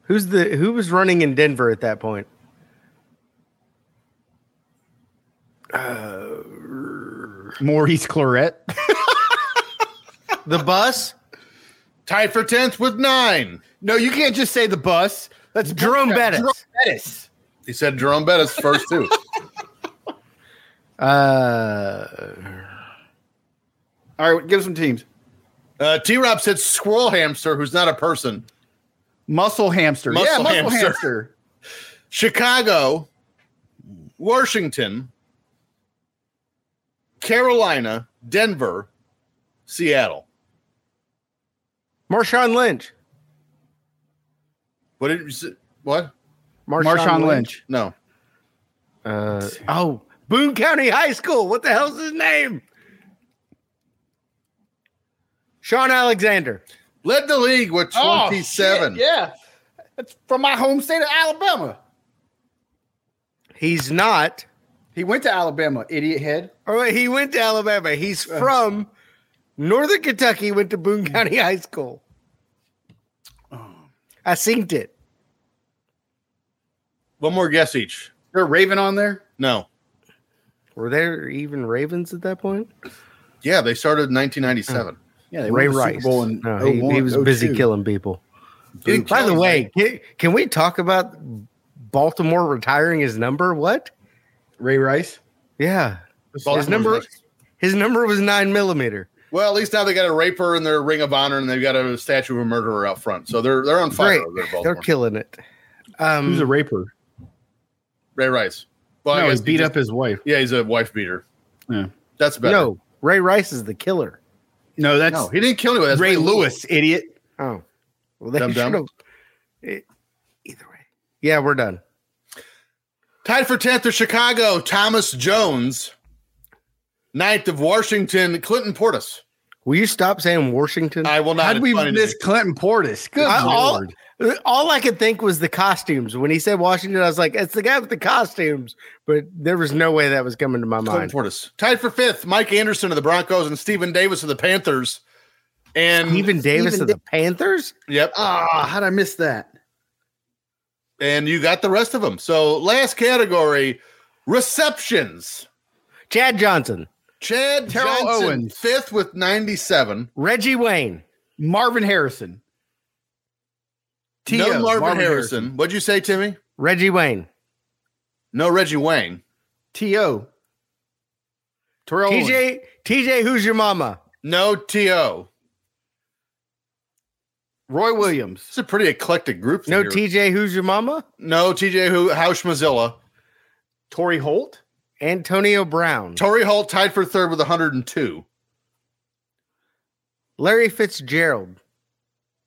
C: Who's the who was running in Denver at that point?
D: Maurice Claret.
C: The bus?
B: Tied for 10th with nine.
D: No, you can't just say the bus. That's
C: Jerome Bettis.
D: Bettis.
B: He said Jerome Bettis first, too.
C: Uh
D: All right, give some teams.
B: Uh, T Rob said Squirrel Hamster, who's not a person.
D: Muscle hamster.
B: Muscle
D: yeah, muscle
B: hamster.
D: hamster.
B: Chicago, Washington, Carolina, Denver, Seattle.
C: Marshawn Lynch.
B: What did you say? What?
D: Marshawn Lynch.
B: No.
C: Uh, oh, Boone County High School. What the hell's his name? Sean Alexander.
B: Led the league with
D: Oh,
B: 27.
D: shit, yeah. That's from my home state of Alabama.
C: He's not.
D: He went to Alabama, idiot head.
C: Or wait, he went to Alabama. He's from Northern Kentucky. Went to Boone County High School. I synced it.
B: One more guess each.
D: They're Raven on there.
B: No.
C: Were there even Ravens at that point?
B: Yeah, they started in 1997.
D: Yeah,
C: Ray Rice. No, he, he was
D: oh
C: busy killing people.
B: Didn't
C: By the
B: count,
C: way, can, can we talk about Baltimore retiring his number? What?
D: Ray Rice.
C: Yeah,
B: Baltimore's
C: his number
B: next.
C: his number was nine millimeter.
B: Well, at least now they got a raper in their Ring of Honor, and they've got a statue of a murderer out front. So they're they're on fire.
C: Great.
B: over there, Baltimore.
C: They're killing it. Um,
D: Who's a raper?
B: Ray Rice. Well, I
D: no,
B: guess
D: he beat
B: just-
D: up his wife.
B: Yeah, he's a wife beater.
D: Yeah.
B: That's better.
C: no, Ray Rice is the killer.
D: No, that's
B: no, he didn't kill anyone. That's
D: Ray Lewis, idiot.
C: Oh, well, they
B: Dum-dum.
C: should've- It- either way. Yeah, we're done.
B: Tied for 10th of Chicago, Thomas Jones. Ninth of Washington, Clinton Portis.
C: Will you stop saying Washington?
B: I will not.
D: How'd
B: It's
D: we
B: funny to
D: miss
B: me.
D: Clinton Portis? Good
C: I- all,
D: lord.
C: all I could think was the costumes. When he said Washington, I was like, it's the guy with the costumes. But there was no way that was coming to my
B: Clinton
C: mind.
B: Portis. Tied for fifth, Mike Anderson of the Broncos and Stephen Davis of the Panthers. And
C: Even Davis
D: Stephen
C: of the Panthers?
B: yep,
D: Ah, how'd I miss that?
B: and you got the rest of them. So last category, receptions.
C: Chad Johnson,
B: Chad
D: Terrell
B: Johnson,
D: Owens.
B: fifth with ninety-seven.
C: Reggie Wayne,
D: Marvin Harrison.
B: no
D: T.O.,
B: Marvin, Harrison. What'd you say, Timmy?
C: Reggie Wayne,
B: No Reggie Wayne.
D: T.O. Terrell. Owens.
C: TJ, TJ, who's your mama?
B: No T.O.
D: Roy Williams.
B: It's a pretty eclectic group.
C: No
B: here.
C: TJ, who's your mama?
B: no T.J. Who Hausch Mozilla.
D: Tory Holt.
C: Antonio Brown,
B: Torrey Holt tied for third with one hundred and two.
C: Larry Fitzgerald,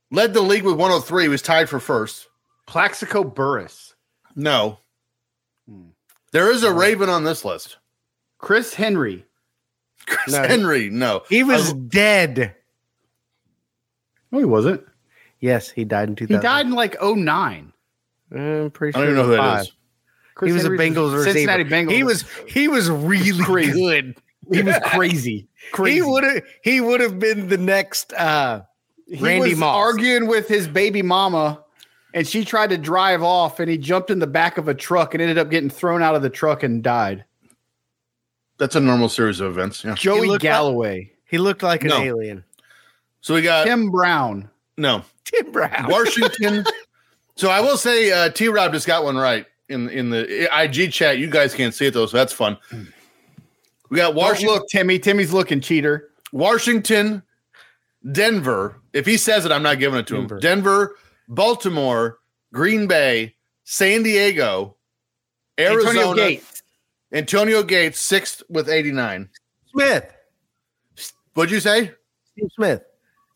B: Led the league with one hundred three. Was tied for first.
D: Plaxico Burris.
B: No.
C: Hmm.
B: There is a Raven on this list.
D: Chris Henry.
B: Chris
C: No.
B: Henry. No.
C: He was dead.
D: No, he wasn't.
C: Yes, he died in 2000.
D: He died in like 09.
C: I'm pretty
B: I
C: sure
B: don't even know who
C: it was
B: that
C: five.
B: is.
D: Chris
C: he was
D: Henry
C: a Bengals receiver.
D: Cincinnati Bengals.
C: He was he was really
D: Crazy.
C: good.
D: he was crazy. Crazy.
C: He would have he would have been the next uh
D: He
C: Randy
D: was
C: Moss.
D: arguing with his baby mama, and she tried to drive off, and he jumped in the back of a truck and ended up getting thrown out of the truck and died.
B: That's a normal series of events. Yeah.
D: Joey
C: looked like-
D: Galloway,
C: he looked like an
B: No.
C: alien.
B: So we got
D: Tim Brown.
B: no
C: Tim Brown.
B: Washington. so I will say, uh, T. Rob just got one right in in the IG chat. You guys can't see it though, so that's fun.
C: Hmm.
B: We got
D: Don't
B: Washington,
D: look, Timmy. Timmy's looking cheater.
B: Washington, Denver. If he says it, I'm not giving it to him.
C: Denver.
B: Denver, Baltimore, Green Bay, San Diego, Arizona,
D: Antonio Gates.
B: Antonio Gates, sixth with 89.
C: Smith.
B: What'd you say?
C: Steve Smith.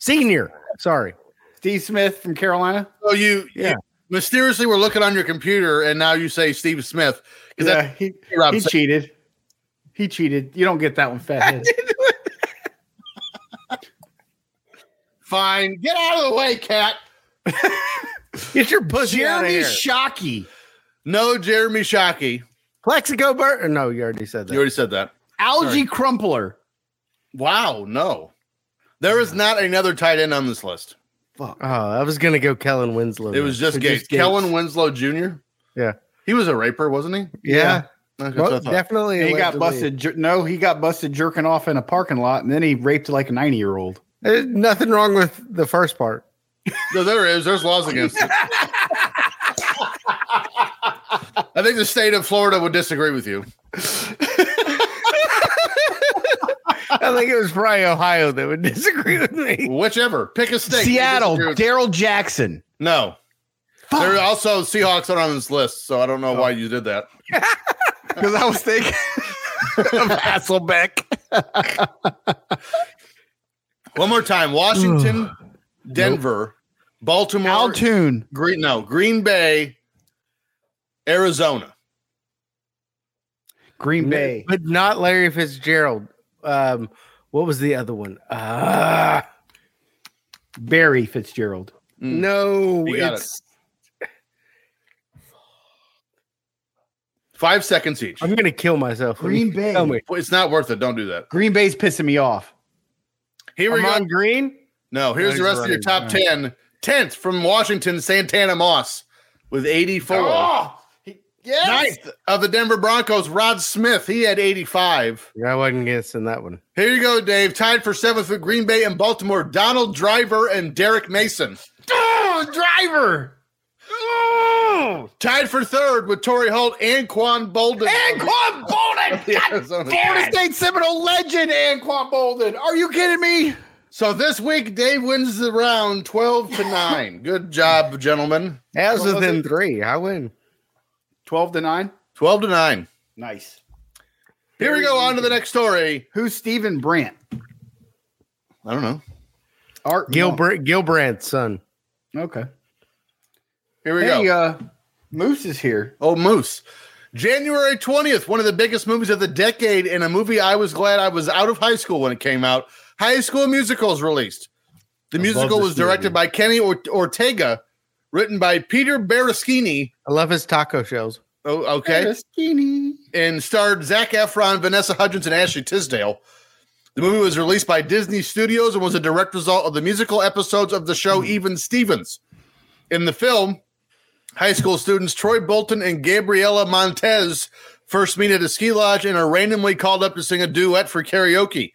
C: Senior. Sorry.
D: Steve Smith from Carolina.
B: So you,
C: Yeah.
B: you mysteriously were looking on your computer and now you say Steve Smith. Because
D: Yeah, he,
B: that's Rob
D: he
B: said.
D: cheated. He cheated. You don't get that one, fathead.
B: Fine. Get out of the way, cat.
C: Get your pussy out of
D: Jeremy
C: here.
D: Shockey,
B: No, Jeremy Shockey.
C: Plexico Bur- No, you already said
B: You
C: that.
B: already said that.
D: Algie Crumpler.
B: Wow, no. There is not another tight end on this list.
C: Oh, I was gonna go Kellen Winslow.
B: It was just
C: Or
B: Gates. Kellen Winslow Jr.
C: Yeah.
B: He was a raper, wasn't he?
C: Yeah.
B: That's what I
C: Well,
B: thought.
C: definitely.
D: He got
C: allegedly.
D: busted. Jer- no, he got busted jerking off in a parking lot, and then he raped like a ninety-year-old.
C: There's nothing wrong with the first part.
B: No, there is. There's laws against it. I think the state of Florida would disagree with you.
C: I think it was probably Ohio that would disagree with me.
B: Whichever. Pick a state.
D: Seattle,
B: Disagree with-
D: Daryl Jackson.
B: No. There are also Seahawks are on this list, so I don't know why you did that.
D: Because I was thinking of Hasselbeck.
B: One more time. Washington, Denver, Baltimore,
D: Altoon.
B: Green no, Green Bay, Arizona.
D: Green Bay.
C: But not Larry Fitzgerald. Um, what was the other one? Uh,
D: Barry Fitzgerald.
C: no,
B: You got
C: it's,
B: Five seconds each.
C: I'm gonna kill myself. when
D: Green
C: you
D: Bay.
C: Tell me.
B: It's not worth it. Don't do that.
D: Green Bay's pissing me off.
B: Here we
C: Amon
B: go.
C: Green?
B: No, here's the
C: he's
B: rest of your top
C: running.
B: ten. Tenth from Washington, Santana Moss with 84.
C: Oh,
B: Ninth of the Denver Broncos, Rod Smith. He had 85.
C: I wasn't guessing that one.
B: Here you go, Dave. Tied for seventh with Green Bay and Baltimore, Donald Driver and Derek Mason.
D: Oh, driver. Oh!
B: Tied for third with Torrey Holt and Quan Bolden.
D: Quan Bolden.
B: of the Arizona
D: Florida State Seminole legend Anquan Bolden. Are you kidding me?
B: So this week, Dave wins the round 12 to 9. Good job, gentlemen.
C: That was
B: What was
C: within
B: it?
C: three. I win.
D: Twelve to nine.
B: 12 to 9.
D: Nice.
B: Here we go on to the next story.
D: Who's Stephen Brandt?
B: I don't know.
D: Art
C: Gilbert Gilbrandt's son.
D: Monk. Okay.
B: Here we
D: Hey,
B: go.
D: uh, Moose is here.
B: Oh, Moose. January 20th, one of the biggest movies of the decade, and a movie I was glad I was out of high school when it came out. High School Musicals released. The musical
D: this
B: was directed
D: movie.
B: by Kenny Or- Ortega, written by Peter Baraschini.
C: I love his taco shells.
B: Oh, okay.
D: Skinny.
B: and starred Zach Efron, Vanessa Hudgens, and Ashley Tisdale. The movie was released by Disney Studios and was a direct result of the musical episodes of the show Even Stevens. In the film, high school students Troy Bolton and Gabriela Montez first meet at a ski lodge and are randomly called up to sing a duet for karaoke.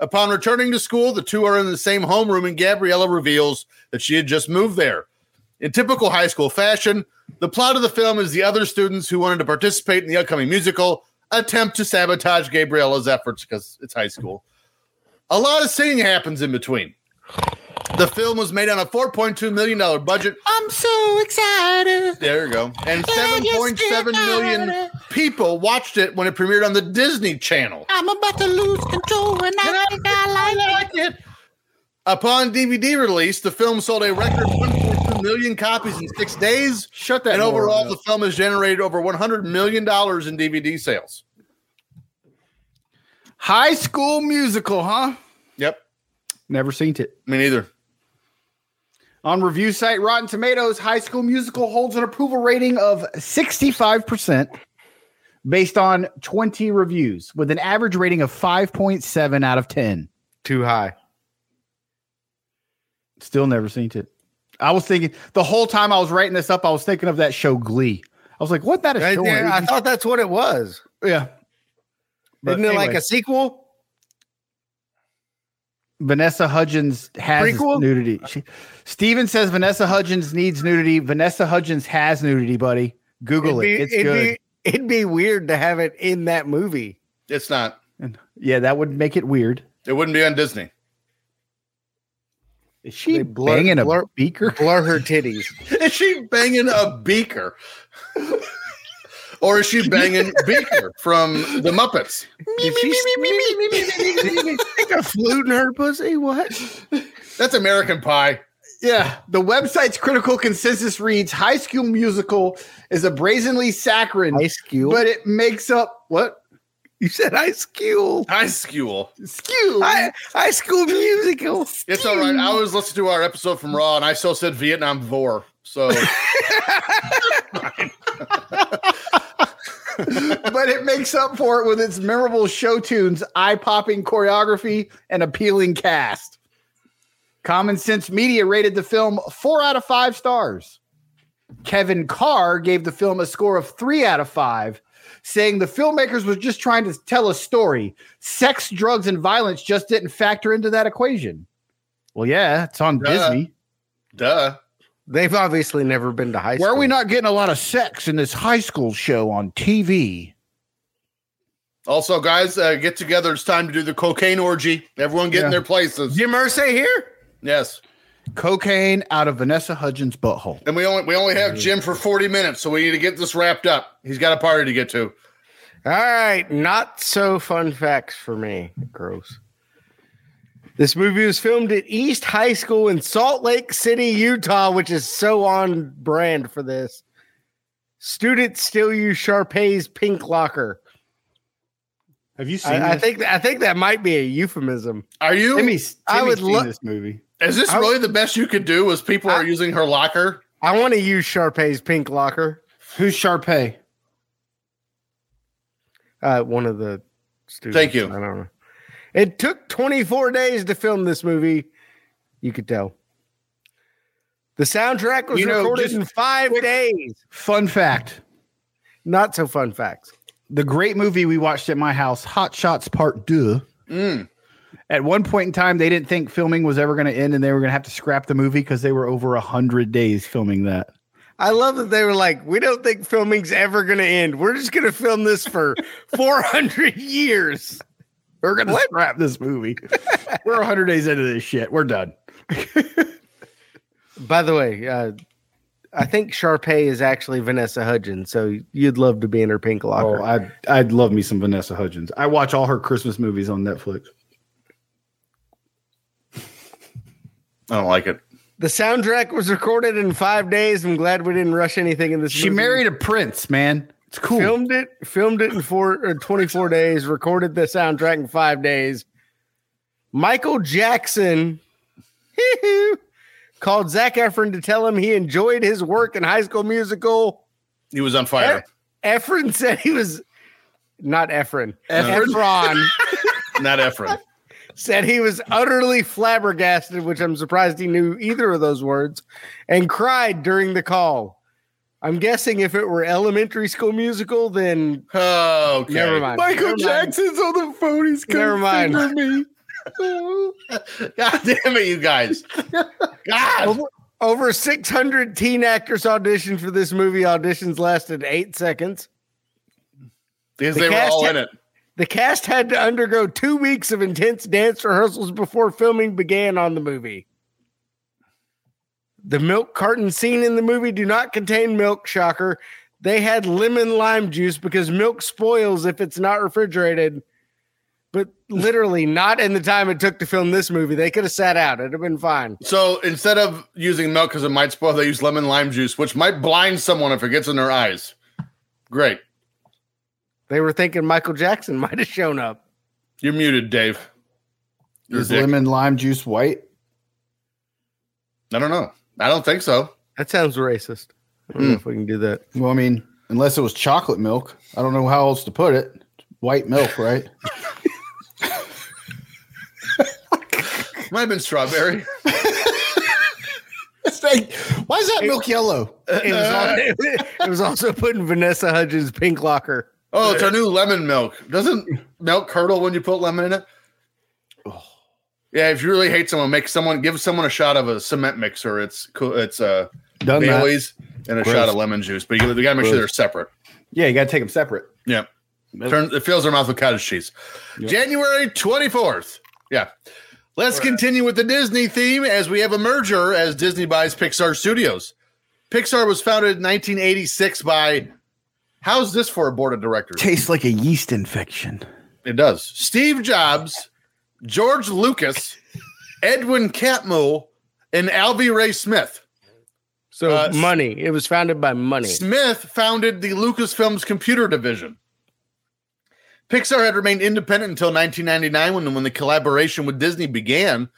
B: Upon returning to school, the two are in the same homeroom, and Gabriella reveals that she had just moved there. In typical high school fashion, the plot of the film is the other students who wanted to participate in the upcoming musical attempt to sabotage Gabriella's efforts because it's high school. A lot of singing happens in between. The film was made on a $4.2 million budget. I'm so excited. There you go. And 7.7 million people watched it when it premiered on the Disney Channel.
H: I'm about to lose control and I think I like it.
B: Upon DVD release, the film sold a record 1.2 million copies in six days.
D: Shut that.
B: And
D: moron
B: overall,
D: up.
B: the film has generated over $100 million in DVD sales.
D: High School Musical, huh?
B: Yep.
D: Never seen it.
B: Me neither.
D: On review site Rotten Tomatoes, High School Musical holds an approval rating of 65% based on 20 reviews with an average rating of 5.7 out of 10.
C: Too high.
D: Still never seen it. I was thinking the whole time I was writing this up, I was thinking of that show Glee. I was like, what that is
C: I,
D: show? on
C: yeah, I
D: ABC?
C: thought that's what it was.
D: yeah. But
C: Isn't it like
D: anyway,
C: a sequel?
D: Vanessa Hudgens has
C: Prequel?
D: nudity? She, Steven says Vanessa Hudgens needs nudity. Vanessa Hudgens has nudity, buddy. Google it. It's
C: it'd
D: good.
C: Be, it'd be weird to have it in that movie.
B: It's not.
D: And yeah, that would make it weird.
B: It wouldn't be on Disney.
D: Is she
C: They blur-
D: banging a
C: blur-
D: beaker?
C: Blur her titties.
B: Is she banging a beaker? or is she banging Beaker from The Muppets?
C: Is she stick a flute in her pussy? What?
B: That's American Pie.
D: Yeah. The website's critical consensus reads High School Musical is a brazenly saccharine,
C: Ice cube.
D: but it makes up what?
C: you said ice cube.
B: High school.
D: Skew.
C: I, high school musical.
B: It's all right. I was listening to our episode from Raw, and I still said Vietnam Vor. So
D: but it makes up for it with its memorable show tunes, eye popping choreography, and appealing cast. Common Sense Media rated the film four out of five stars. Kevin Carr gave the film a score of three out of five, saying the filmmakers was just trying to tell a story. Sex, drugs, and violence just didn't factor into that equation. Well, yeah, it's on
C: Uh,
B: Duh.
D: Disney.
B: duh.
C: They've obviously never been to high school.
D: Why are we not getting a lot of sex in this high school show on TV?
B: Also, guys, uh, get together. It's time to do the cocaine orgy. Everyone get
D: Yeah.
B: in their places.
C: Jim Irsay here?
B: Yes.
D: Cocaine out of Vanessa Hudgens' butthole.
B: And we only we only have Jim for 40 minutes, so we need to get this wrapped up. He's got a party to get to.
C: All right, not so fun facts for me. Gross. This movie was filmed at East High School in Salt Lake City, Utah, which is so on brand for this. Students still use Sharpay's pink locker.
D: Have you seen?
C: I, I
D: this?
C: think I think that might be a euphemism.
B: Are you?
D: Timmy's,
C: I would
D: seen
C: lo-
D: this movie.
B: is this
C: I-
B: really the best you could do? Was people
C: I-
B: are using her locker?
C: I want to use Sharpay's pink locker.
D: Who's Sharpay?
C: Uh, one of the students.
B: Thank you.
C: I don't know. It took 24 days to film this movie. You could tell. The soundtrack was
D: You know,
C: recorded
D: just
C: in five
D: quick-
C: days.
D: Fun fact:
C: Not so fun facts.
D: the great movie we watched at my house, Hot Shots Part Two.
B: Mm.
D: At one point in time, they didn't think filming was ever going to end, and they were going to have to scrap the movie because they were over a hundred days filming that.
C: I love that they were like, we don't think filming's ever going to end. We're just going to film this for 400 years.
D: We're gonna scrap this movie. We're 100 days into this shit. We're done.
C: By the way, uh, I think Sharpay is actually Vanessa Hudgens, so you'd love to be in her pink locker.
D: Oh, I'd I'd love me some Vanessa Hudgens. I watch all her Christmas movies on Netflix.
B: I don't like it.
C: the soundtrack was recorded in five days. I'm glad we didn't rush anything in this.
D: She
C: movie.
D: married a prince, man. It's cool.
C: filmed it, filmed it in four or 24 days, recorded the soundtrack in five days. Michael Jackson called Zach Efron to tell him he enjoyed his work in High School Musical.
B: He was on fire.
C: Efron said he was not Efron.
B: Efron?
C: Efron Eh?
B: Not Efron.
C: said he was utterly flabbergasted, which I'm surprised he knew either of those words, and cried during the call. I'm guessing if it were elementary school musical, then
B: Oh, okay.
C: never mind. Never mind.
D: on the phone. He's
C: gonna Never mind. finger
D: me.
B: God damn it, you guys. God.
C: Over, over 600 teen actors auditioned for this movie. Auditions lasted eight seconds.
B: Because
C: The
B: they were
C: cast
B: all
C: ha-
B: in it.
C: The cast had to undergo two weeks of intense dance rehearsals before filming began on the movie. The milk carton scene in the movie do not contain milk, shocker. They had lemon lime juice because milk spoils if it's not refrigerated. But literally, not in the time it took to film this movie. They could have sat out, it'd have been fine.
B: So instead of using milk because it might spoil, they use lemon lime juice, which might blind someone if it gets in their eyes. Great.
C: They were thinking Michael Jackson might have shown up.
B: You're muted, Dave. You're a
D: Is
B: dick.
D: lemon lime juice white?
B: I don't know. I don't think so.
C: That sounds racist. I don't know if we can do that.
D: Well, I mean, unless it was chocolate milk. I don't know how else to put it. White milk, right?
B: Might have been strawberry.
D: It's like, why is that milk yellow?
C: It was, also, it was also put in Vanessa Hudgens' pink locker.
B: Oh, it's our new lemon milk. Doesn't milk curdle when you put lemon in it? Yeah, if you really hate someone, make someone give someone a shot of a cement mixer. It's cool. It's uh,
D: Done that.
B: Bailey's and a
D: Gross.
B: shot of lemon juice, but you, you gotta make sure
D: Gross.
B: they're separate.
D: Yeah, you gotta take them separate.
B: Yeah. Turn, it fills their mouth with cottage cheese. January 24th. Yeah. Let's continue with the Disney theme as we have a merger as Disney buys Pixar Studios. Pixar was founded in 1986 by, how's this for a board of directors?
D: Tastes like a yeast infection.
B: It does. Steve Jobs, George Lucas, Edwin Catmull, and Alvy Ray Smith.
C: So
B: Uh, s-
C: money. It was founded by money.
B: Smith founded the Lucasfilm's computer division. Pixar had remained independent until 1999 when, when the collaboration with Disney began.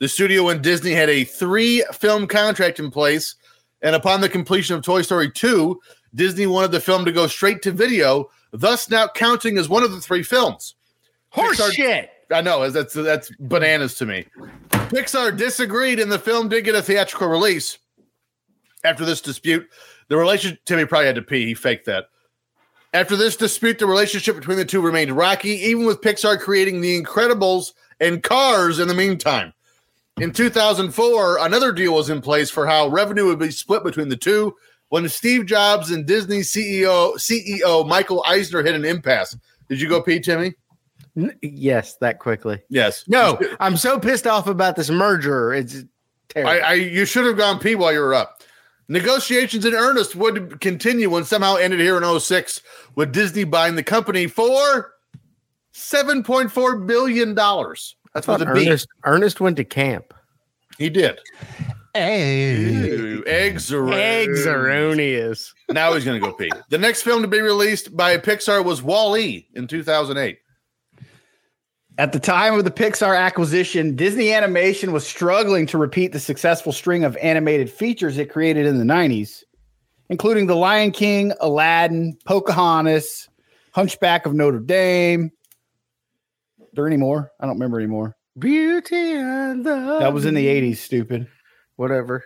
B: The studio and Disney had a three film contract in place, and upon the completion of Toy Story 2, Disney wanted the film to go straight to video, thus now counting as one of the three films.
C: Horse
B: Pixar-
C: shit.
B: I know that's that's bananas to me. Pixar disagreed, and the film did get a theatrical release. After this dispute, the relationship Timmy probably had to pee. He faked that. After this dispute, the relationship between the two remained rocky, even with Pixar creating The Incredibles and Cars in the meantime. In 2004, another deal was in place for how revenue would be split between the two when Steve Jobs and Disney E CEO CEO Michael Eisner hit an impasse. Did you go pee, Timmy?
C: N- yes, that quickly.
B: Yes.
C: No, I'm so pissed off about this merger. It's terrible.
B: I, I you should have gone pee while you were up. Negotiations in earnest would continue and somehow ended here in 06 with Disney buying the company for $7.4 billion. That's what
C: thought
B: the beat.
C: Ernest, Ernest went to camp.
B: He did. Ew, Eggs are
C: Eggs erroneous.
B: Now he's going to go pee. The next film to be released by Pixar was Wall-E in 2008.
D: At the time of the Pixar acquisition, Disney Animation was struggling to repeat the successful string of animated features it created in the 90s, including The Lion King, Aladdin, Pocahontas, Hunchback of Notre Dame. There any more? I don't remember anymore.
C: Beauty and the
D: That was in the 80s, stupid.
C: whatever.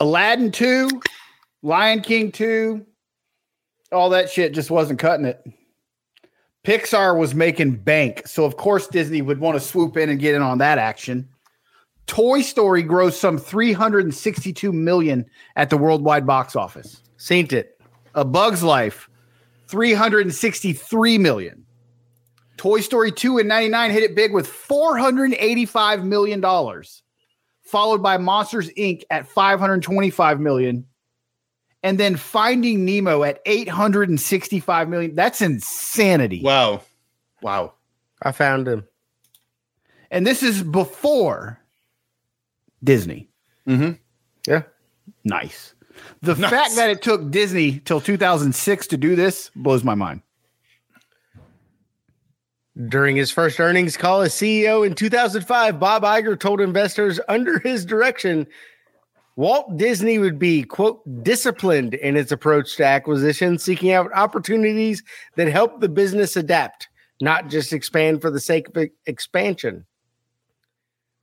D: Aladdin 2, Lion King 2, all that shit just wasn't cutting it. Pixar was making bank. So, of course, Disney would want to swoop in and get in on that action. Toy Story grossed some 362 million at the worldwide box office.
C: Saint it.
D: A Bug's Life, 363 million. Toy Story 2 and 99 hit it big with 485 million dollars, followed by Monsters Inc at 525 million, and then Finding Nemo at 865 million. That's insanity.
B: Wow. Wow.
C: I found him.
D: And this is before Disney.
C: Yeah.
D: Nice. The fact that it took Disney till 2006 to do this blows my mind.
C: During his first earnings call as CEO in 2005, Bob Iger told investors under his direction, Walt Disney would be, quote, disciplined in its approach to acquisition, seeking out opportunities that help the business adapt, not just expand for the sake of e- expansion.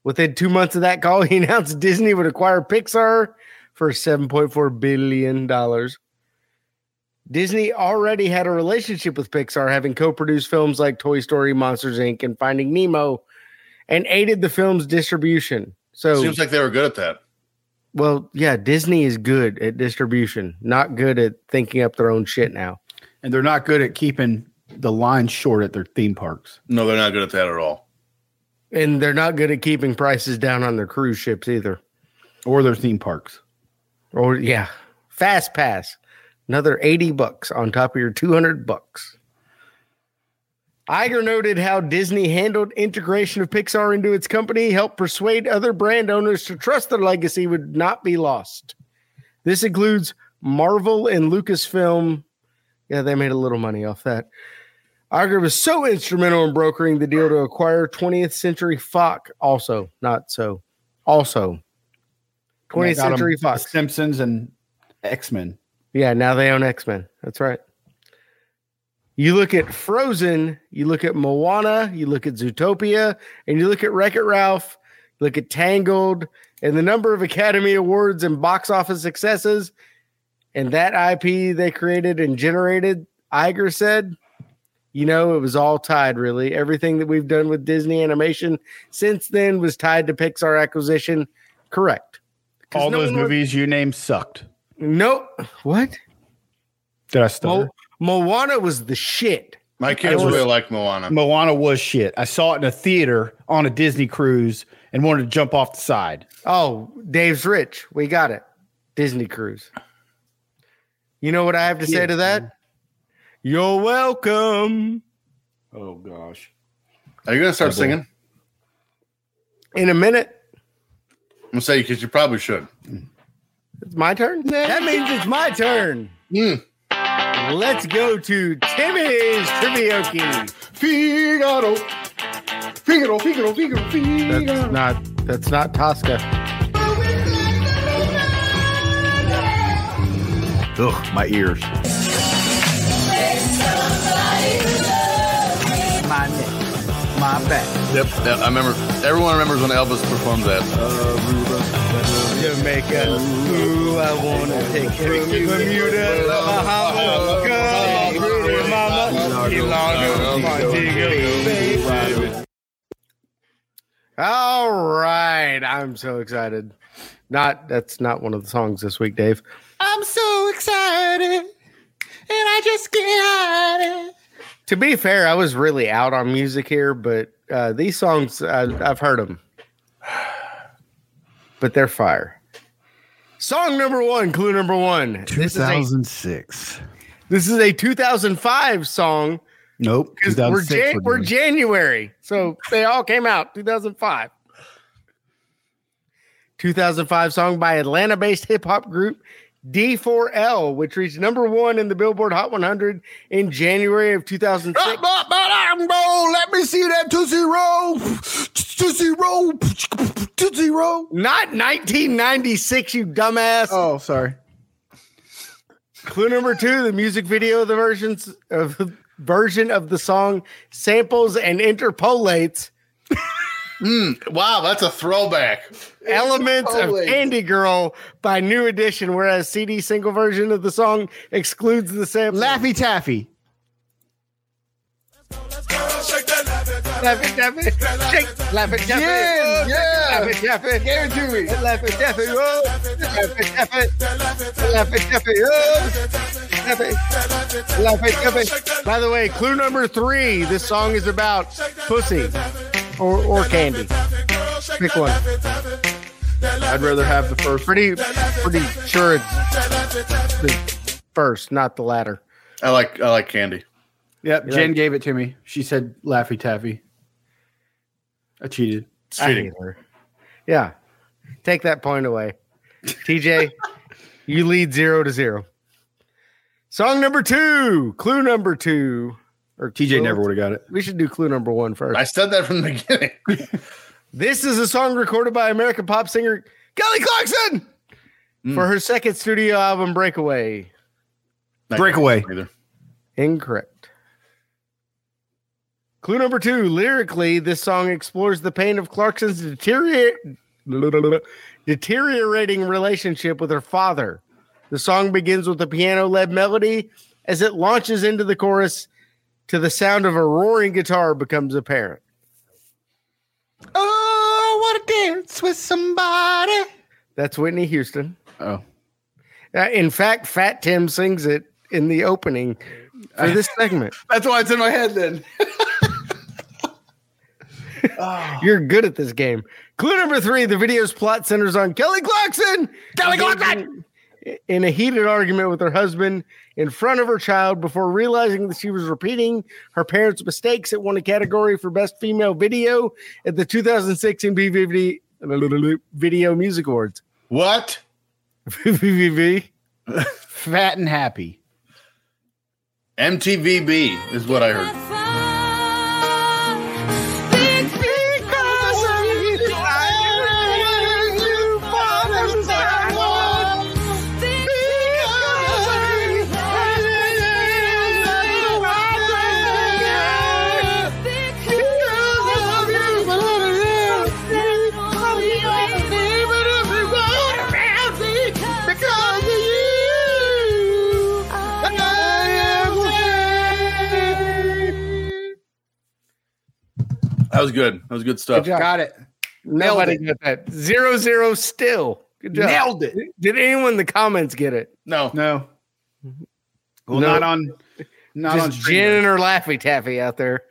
C: Within two months of that call, he announced Disney would acquire Pixar for $7.4 billion. Disney already had a relationship with Pixar, having co produced films like Toy Story, Monsters Inc., and Finding Nemo, and aided the film's distribution. So,
B: Seems like they were good at that.
C: well, yeah, Disney is good at distribution, not good at thinking up their own shit now.
D: And they're not good at keeping the line short at their theme parks.
B: No, they're not good at that at all.
C: And they're not good at keeping prices down on their cruise ships either.
D: or their theme parks.
C: Or, yeah, Fast Pass, another 80 bucks on top of your 200 bucks. Iger noted how Disney handled integration of Pixar into its company, helped persuade other brand owners to trust their legacy would not be lost. This includes Marvel and Lucasfilm. Yeah, they made a little money off that. Iger was so instrumental in brokering the deal to acquire 20th Century Fox, also, not so, also. 20th
D: Got 'em
C: Century
D: The
C: Fox.
D: Simpsons, and X Men.
C: Yeah, now they own X Men. That's right. You look at Frozen, you look at Moana, you look at Zootopia, and you look at Wreck It Ralph, you look at Tangled, and the number of Academy Awards and box office successes, and that IP they created and generated, Iger said, you know, it was all tied really. Everything that we've done with Disney animation since then was tied to Pixar acquisition. Correct. 'Cause
D: All
C: no
D: those
C: one would-
D: movies you named sucked.
C: Nope. What?
D: Did I stutter?
C: Mo- Moana was the shit.
B: My kids really like Moana.
D: Moana was shit. I saw it in a theater on a Disney cruise and wanted to jump off the side.
C: Oh, Dave's rich. We got it. Disney cruise. You know what I have to say to that? You're welcome.
D: Oh gosh.
B: Are you going to start singing?
C: In a minute,
B: I'm going to say because you probably should.
C: it's my turn. That means it's my turn.
B: Mm.
C: Let's go to Timmy's Trivioki.
B: Figaro. Figaro, Figaro, Figaro,
C: That's
B: Figaro.
C: not. That's not Tosca.
D: Ugh, my ears. My neck. My back.
B: Yep. Yeah, I remember. Everyone remembers when Elvis performed that.
C: Jamaica. Ooh, I wanna take you to Bermuda, Bahamas, Cuba, Mama, Key Largo, Montego Bay. All right, I'm so excited. Not that's not one of the songs this week, Dave. I'm so excited, and I just get high. To be fair, I was really out on music here, but uh, these songs I, I've heard them, but they're fire. Song number one, clue number one. This is a
D: 2006.
C: this is a 2005 song
D: Nope.
C: because we're,
D: 2006
C: Jan-
D: we're
C: we're
D: doing.
C: January. So they all came out 2005. 2005 song by Atlanta based hip hop group D4L, which reached number one in the Billboard Hot 100 in January of 2006.
D: But, but I'm roll. Let me see that Tootsie Roll. Tootsie Roll. Tootsie Roll.
C: Not 1996, you dumbass.
D: Oh, sorry.
C: Clue number two: the music video of the versions of version of the song samples and interpolates
B: Wow, that's a throwback.
C: elements of Candy Girl by New Edition, whereas CD single version of the song excludes the sample.
D: Laffy Taffy.
G: Shake that,
C: Laugh at Jeffy. Shake. Laugh at Jeffy.
H: Yeah,
C: Oh,
H: yeah.
C: Laugh at Jeffy.
H: Give it to me.
C: Laugh at Jeffy. Oh. Laugh at Jeffy. Laugh at Jeffy. Oh. Jeffy. Laugh at Jeffy. By the way, clue number three this song is about pussy or, or candy. Pick one.
D: I'd rather have the first.
C: Pretty, pretty sure it's the first, not the latter.
H: I like I like candy.
D: Yep. Jen gave it to me. She said Laffy Taffy. I cheated.
H: It's
C: I
H: cheating.
C: hate her. Yeah. Take that point away. TJ, you lead zero to zero. Song number two, clue number two. Or
D: TJ
C: clue-
D: never would have got it.
C: We should do clue number one first.
H: I said that from the beginning.
C: This is a song recorded by American pop singer Kelly Clarkson
D: Mm.
C: for her second studio album, Breakaway.
H: Not
D: Breakaway.
H: good Either.
C: Incorrect. Clue number two lyrically, this song explores the pain of Clarkson's deteriorate, deteriorating relationship with her father. The song begins with a piano led melody as it launches into the chorus to the sound of a roaring guitar becomes apparent. Oh, what a dance with somebody. That's Whitney Houston.
D: Oh.
C: Uh, in fact, Fat Tim sings it in the opening for this segment.
D: That's why it's in my head then.
C: You're good at this game. Clue number three the video's plot centers on Kelly Clarkson. Kelly Clarkson! In a heated argument with her husband in front of her child before realizing that she was repeating her parents' mistakes. It won a category for Best Female Video at the 2006 MPVD Video Music Awards.
H: What?
C: VVV.
D: Fat and happy.
H: MTVB is what I heard. That was good. That was good stuff.
C: Good job.
D: Got it.
C: Nobody got that. Zero zero still. Good job.
D: Nailed it.
C: Did anyone in the comments get it?
H: No.
D: No.
C: No.
D: Well, not on. Not on
C: Just
D: stream.
C: Jen and her Laffy Taffy out there.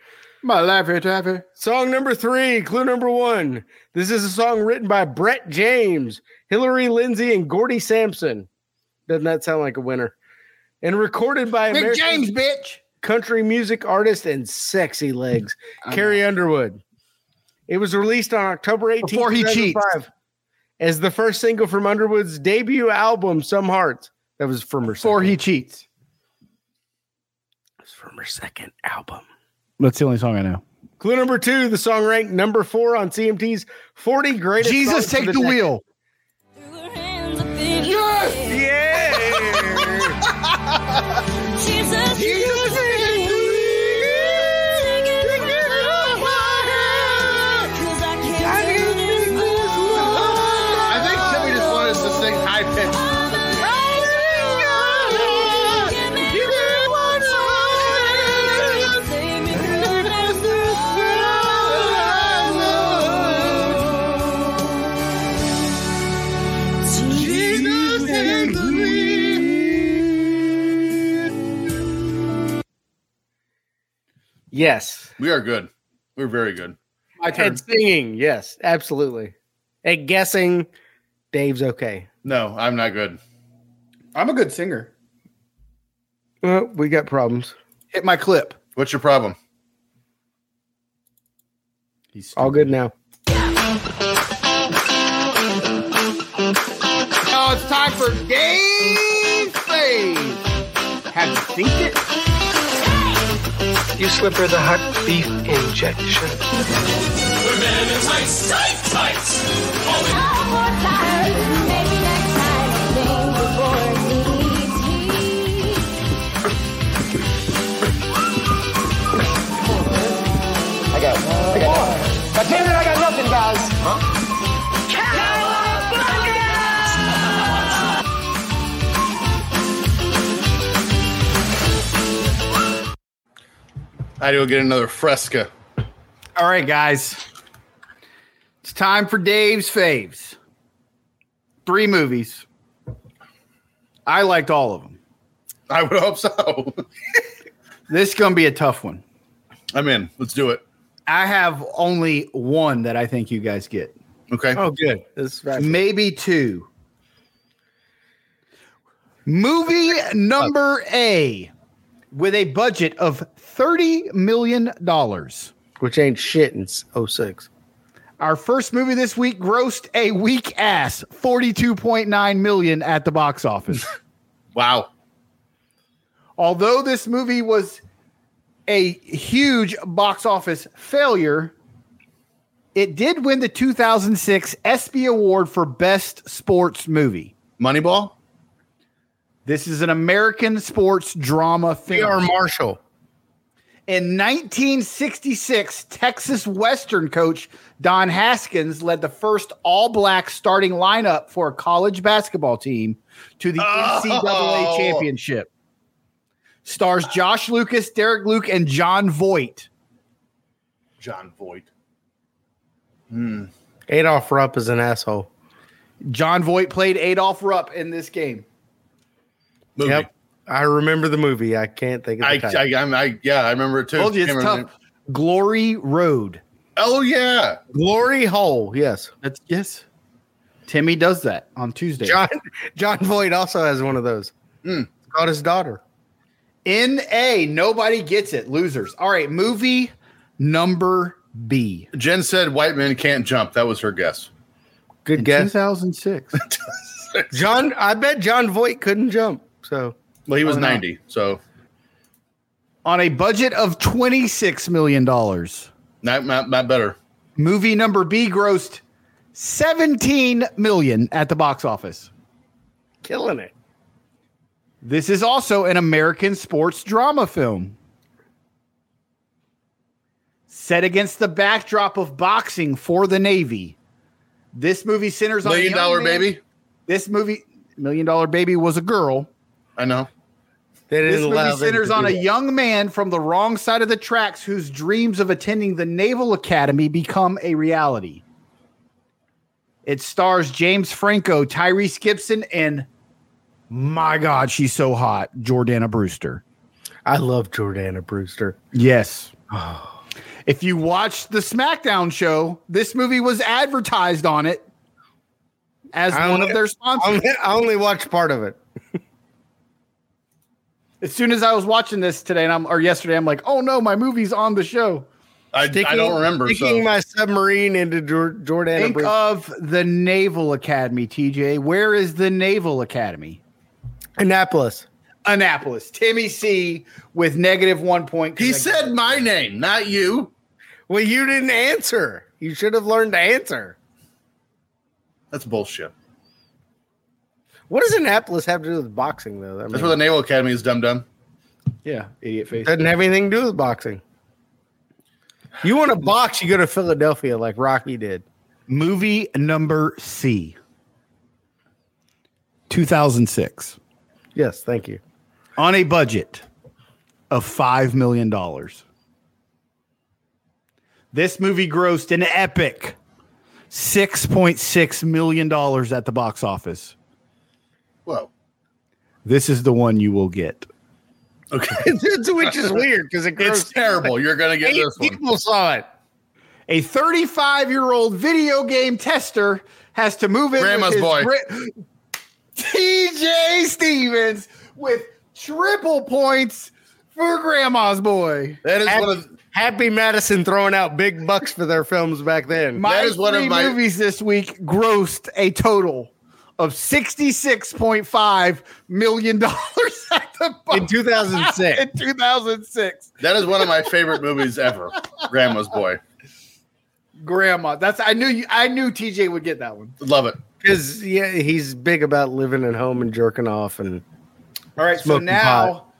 D: My Laffy Taffy.
C: Song number three, clue number one. This is a song written by Brett James, Hillary Lindsay, and Gordy Sampson. Doesn't that sound like a winner? And recorded by American
D: bitch.
C: country music artist and sexy legs, Carrie Underwood. It was released on October 18th,
D: Before he cheats.
C: 2005 as the first single from Underwood's debut album, Some Hearts. That was from her
D: Before
C: second,
D: he cheats.
C: was from her second album.
D: That's the only song I know.
C: Clue number two, the song ranked number four on CMT's 40 greatest. songs
D: Jesus,
C: of
D: take the,
C: decade.
D: wheel.
C: Yeah.
H: I think Timmy just wanted us to sing high pitch.
C: yes.
H: We are good. We're very good.
D: My
C: At singing, yes, absolutely. At guessing, Dave's okay.
H: No, I'm not good.
D: I'm a good singer.
C: Well, we got problems.
D: Hit my clip.
H: What's your problem?
D: He's
C: All good now.
D: Oh, it's time for Dave Faith. Have you synced it?
I: You slip her the hot beef injection.
H: I do get another fresca.
D: All right, guys. It's time for Dave's faves. Three movies. I liked all of them.
B: I would hope so.
D: This is going to be a tough one.
B: I'm in. Let's do it.
D: I have only one that I think you guys get.
B: Okay.
C: Oh, good. This is right.
D: Maybe two. Movie number A with a budget of $30 million.
C: Which ain't shit in 06.
D: Our first movie this week grossed a weak ass 42.9 million at the box office.
B: Wow.
D: Although this movie was a huge box office failure, it did win the 2006 ESPY award for best sports movie.
B: Moneyball.
D: This is an American sports drama film.
C: P.R. Marshall.
D: In 1966, Texas Western coach Don Haskins led the first all black starting lineup for a college basketball team to the NCAA championship. Stars Josh Lucas, Derek Luke, and John Voight.
B: John Voight.
C: Adolf Rupp is an asshole.
D: John Voight played Adolf Rupp in this game.
B: Movie.
C: Yep. I remember the movie. I can't think of the
B: I,
C: title.
B: I, I'm- I, yeah, I remember it too.
D: Told you it's
B: Can't remember
D: tough. Glory Road.
B: the name. Oh yeah,
C: Glory Hole. Yes.
D: That's yes. Timmy does that on Tuesday.
C: John John Voight also has one of those. It's called his daughter.
D: NA, nobody gets it. Losers. All right, movie number B.
B: Jen said white men can't jump. That was her guess.
C: Good guess.
D: 2006.
C: John, I bet John Voight couldn't jump. So
B: Well, he was
D: Oh, no.
B: 90, so
D: on a budget of 26 million dollars.
B: not, not not better.
D: Movie number B grossed 17 million at the box office.
C: killing it.
D: This is also an American sports drama film. Set against the backdrop of boxing for the Navy. This movie centers on a
B: Million
D: young
B: dollar
D: man-
B: baby.
D: This movie, Million Dollar Baby, was a girl.
B: I know.
C: They didn't
D: This movie
C: allow them
D: centers
C: to
D: on
C: do
D: a
C: that.
D: young man from the wrong side of the tracks whose dreams of attending the Naval Academy become a reality. It stars James Franco, Tyrese Gibson, and my God, she's so hot, Jordana Brewster.
C: I love Jordana Brewster.
D: Yes. If you watched the SmackDown show, this movie was advertised on it as
C: I
D: one
C: only-
D: of their
C: I
D: sponsors.
C: only, I only watched part of it.
D: As soon as I was watching this today, and I'm or yesterday, I'm like, oh no, my movie's on the show.
B: I, I don't remember.
C: Sticking
B: So.
C: my submarine into Jor- Jordana
D: Think
C: Brewster.
D: of the Naval Academy, TJ. Where is the Naval Academy?
C: Annapolis.
D: Annapolis. Timmy C with negative one point. 'cause
B: he
D: I-
B: said my name, not you.
C: Well, you didn't answer. You should have learned to answer.
B: That's bullshit.
C: What does Annapolis have to do with boxing, though? That
B: That's where the Naval Academy is. Dumb dumb.
D: Yeah, idiot face.
C: doesn't have anything to do with boxing. You want to box, you go to Philadelphia like Rocky did.
D: Movie number C. 2006.
C: Yes, thank you.
D: On a budget of $5 million. This movie grossed an epic $6.6 million at the box office.
B: Whoa.
D: This is the one you will get.
B: Okay.
C: It's- Which is weird because it
B: It's
C: grossed
B: terrible. You're gonna get
C: eight
B: this one.
C: people saw it.
D: A 35 year old video game tester has to move in. with
B: Grandma's
D: his
B: boy.
D: TJ Stevens with triple points for Grandma's Boy.
B: That is
C: Happy,
B: one of
C: Happy Madison throwing out big bucks for their films back then.
D: My
B: That is one of
D: three
B: my-
D: movies this week grossed a total of $66.5 million at the box
C: in 2006.
D: in 2006.
B: that is one of my favorite movies ever. Grandma's Boy.
D: Grandma. That's I knew you, I knew TJ would get that one.
B: Love it.
C: Because yeah, he's big about living at home and jerking off, and
D: All right, so
C: Smoking
D: now
C: pot.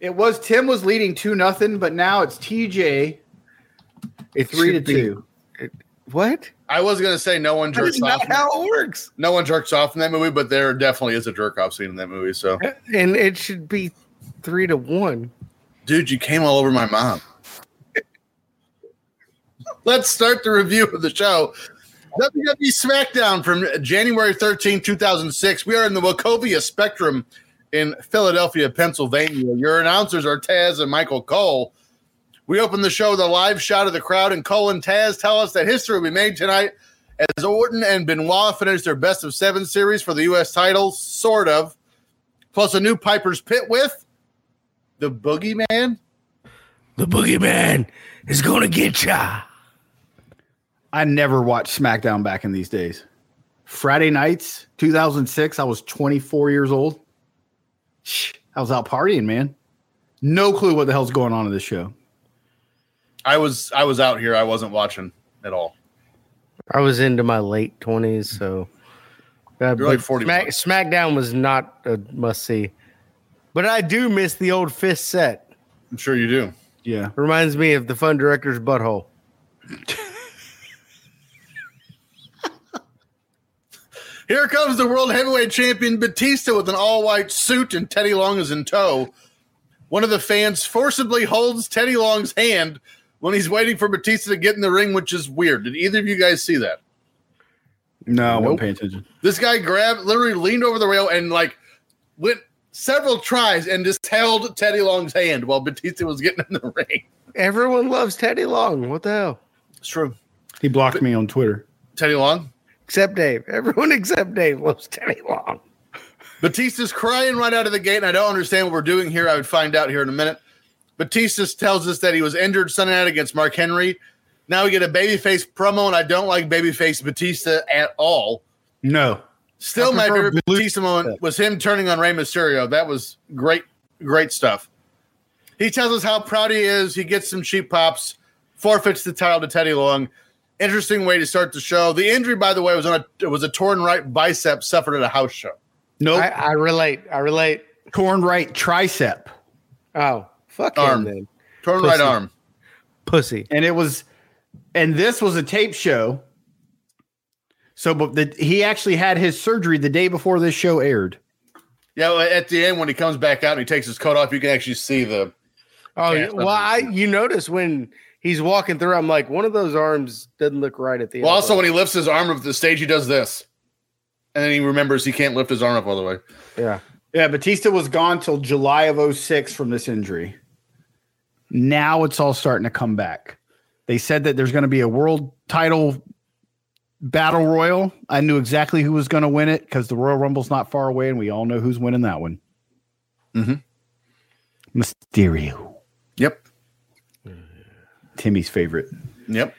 D: it was Tim was leading two nothing, but now it's TJ
C: it
D: three to
C: should be-
D: two.
C: What?
B: I was gonna say no one
C: That
B: jerks
C: is
B: off.
C: not how it works.
B: no one jerks off in that movie, but there definitely is a jerk off scene in that movie. So,
C: And it should be three to one.
B: dude, you came all over my mom. Let's start the review of the show. WWE SmackDown from January 13, 2006. We are in the Wachovia Spectrum in Philadelphia, Pennsylvania. Your announcers are Taz and Michael Cole. We open the show with a live shot of the crowd, and Cole and Taz tell us that history will be made tonight as Orton and Benoit finish their best of seven series for the U.S. title, sort of, plus a new Piper's Pit with the Boogeyman.
C: The boogeyman is going to get ya.
D: I never watched SmackDown back in these days. Friday nights, 2006, I was 24 years old. Shh, I was out partying, man. No clue what the hell's going on in this show.
B: I was I was out here. I wasn't watching at all.
C: I was into my late 20s, so. Uh,
B: You're like
C: but
B: 40.
C: Smack, SmackDown was not a must see. But I do miss the old fist set.
B: I'm sure you do.
D: Yeah.
C: Reminds me of the fun director's butthole.
B: Here comes the world heavyweight champion Batista with an all-white suit and Teddy Long is in tow. One of the fans forcibly holds Teddy Long's hand when he's waiting for Batista to get in the ring, which is weird. Did either of you guys see that?
D: No, I wasn't paying attention.
B: This guy grabbed, literally leaned over the rail and like went several tries and just held Teddy Long's hand while Batista was getting in the ring.
C: Everyone loves Teddy Long. What the hell?
B: It's true.
D: He blocked me on Twitter.
B: Teddy Long.
C: Except Dave. Everyone except Dave loves Teddy Long.
B: Batista's crying right out of the gate, and I don't understand what we're doing here. I would find out here in a minute. Batista tells us that he was injured Sunday night against Mark Henry. Now we get a babyface promo, and I don't like babyface Batista at all.
D: No.
B: Still,
D: I
B: my
D: prefer
B: favorite Batista moment was him turning on Rey Mysterio. That was great, great stuff. He tells us how proud he is. He gets some cheap pops, forfeits the title to Teddy Long. Interesting way to start the show. The injury, by the way, was on a was a torn right bicep suffered at a house show.
D: Nope.
C: I, I relate. I relate.
D: Torn right tricep.
C: Oh, fuck
B: Arm.
C: him then.
B: Torn right
C: Pussy.
B: arm.
C: Pussy.
D: and it was and this was a tape show so but the, he actually had his surgery the day before this show aired
B: Yeah, well, at the end when he comes back out and he takes his coat off, you can actually see the.
C: Oh,
B: Yeah,
C: yeah, well, I you notice when he's walking through, I'm like, one of those arms doesn't look right at the
B: Well,
C: elbow.
B: also when he lifts his arm up to the stage, he does this, and then he remembers he can't lift his arm up all the way.
C: yeah.
D: yeah batista was gone till july of 06 from this injury now it's all starting to come back they said that there's going to be a world title battle royal i knew exactly who was going to win it because the royal rumble's not far away and we all know who's winning that one
B: Mhm.
C: Mm-hmm.
D: mysterio
B: Yep.
D: timmy's favorite
B: Yep.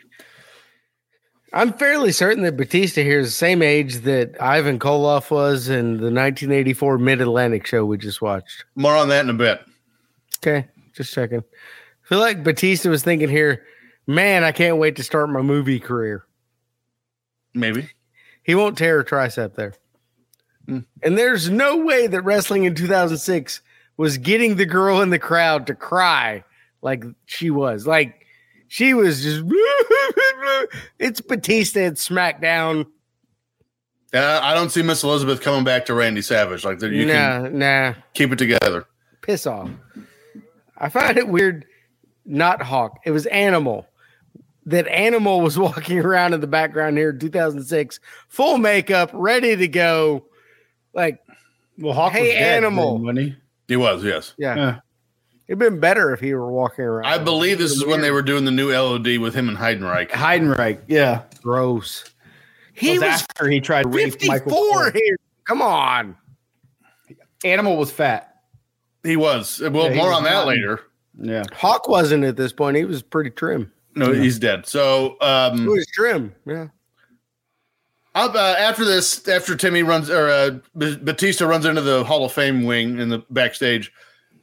C: I'm fairly certain that Batista here is the same age that Ivan Koloff was in the 1984 Mid Atlantic show we just watched.
B: More on that in a bit.
C: Okay, just checking. I feel like Batista was thinking here, man, I can't wait to start my movie career.
B: Maybe.
C: He won't tear a tricep there. And there's no way that wrestling in 2006 was getting the girl in the crowd to cry like she was. Like she was just, it's Batista at SmackDown.
B: Uh, I don't see Miss Elizabeth coming back to Randy Savage like that. You can
C: nah, nah,
B: keep it together.
C: piss off. I find it weird, not Hawk, it was Animal. That Animal was walking around in the background here in 2006, full makeup, ready to go. Like,
D: well hawk
C: Hey, animal.
D: money
B: He was yes.
C: yeah.
D: yeah
C: It'd been better if he were walking around.
B: I believe this is when they were doing the new LOD with him and Heidenreich.
D: Heidenreich, yeah.
C: gross. He
D: It
C: was,
D: after he tried to rape Michael
C: 54
D: Cole.
C: here. Come on.
D: Animal was fat.
B: He was. Well,
D: Yeah, he
B: more
D: was
B: on that
D: not-
B: later.
D: Yeah.
C: Hawk wasn't at this point. He was pretty trim.
B: No, he's dead. So um,
C: He was trim. Yeah.
B: Up, uh, after this, after Timmy runs or uh, B- Batista runs into the Hall of Fame wing in the backstage,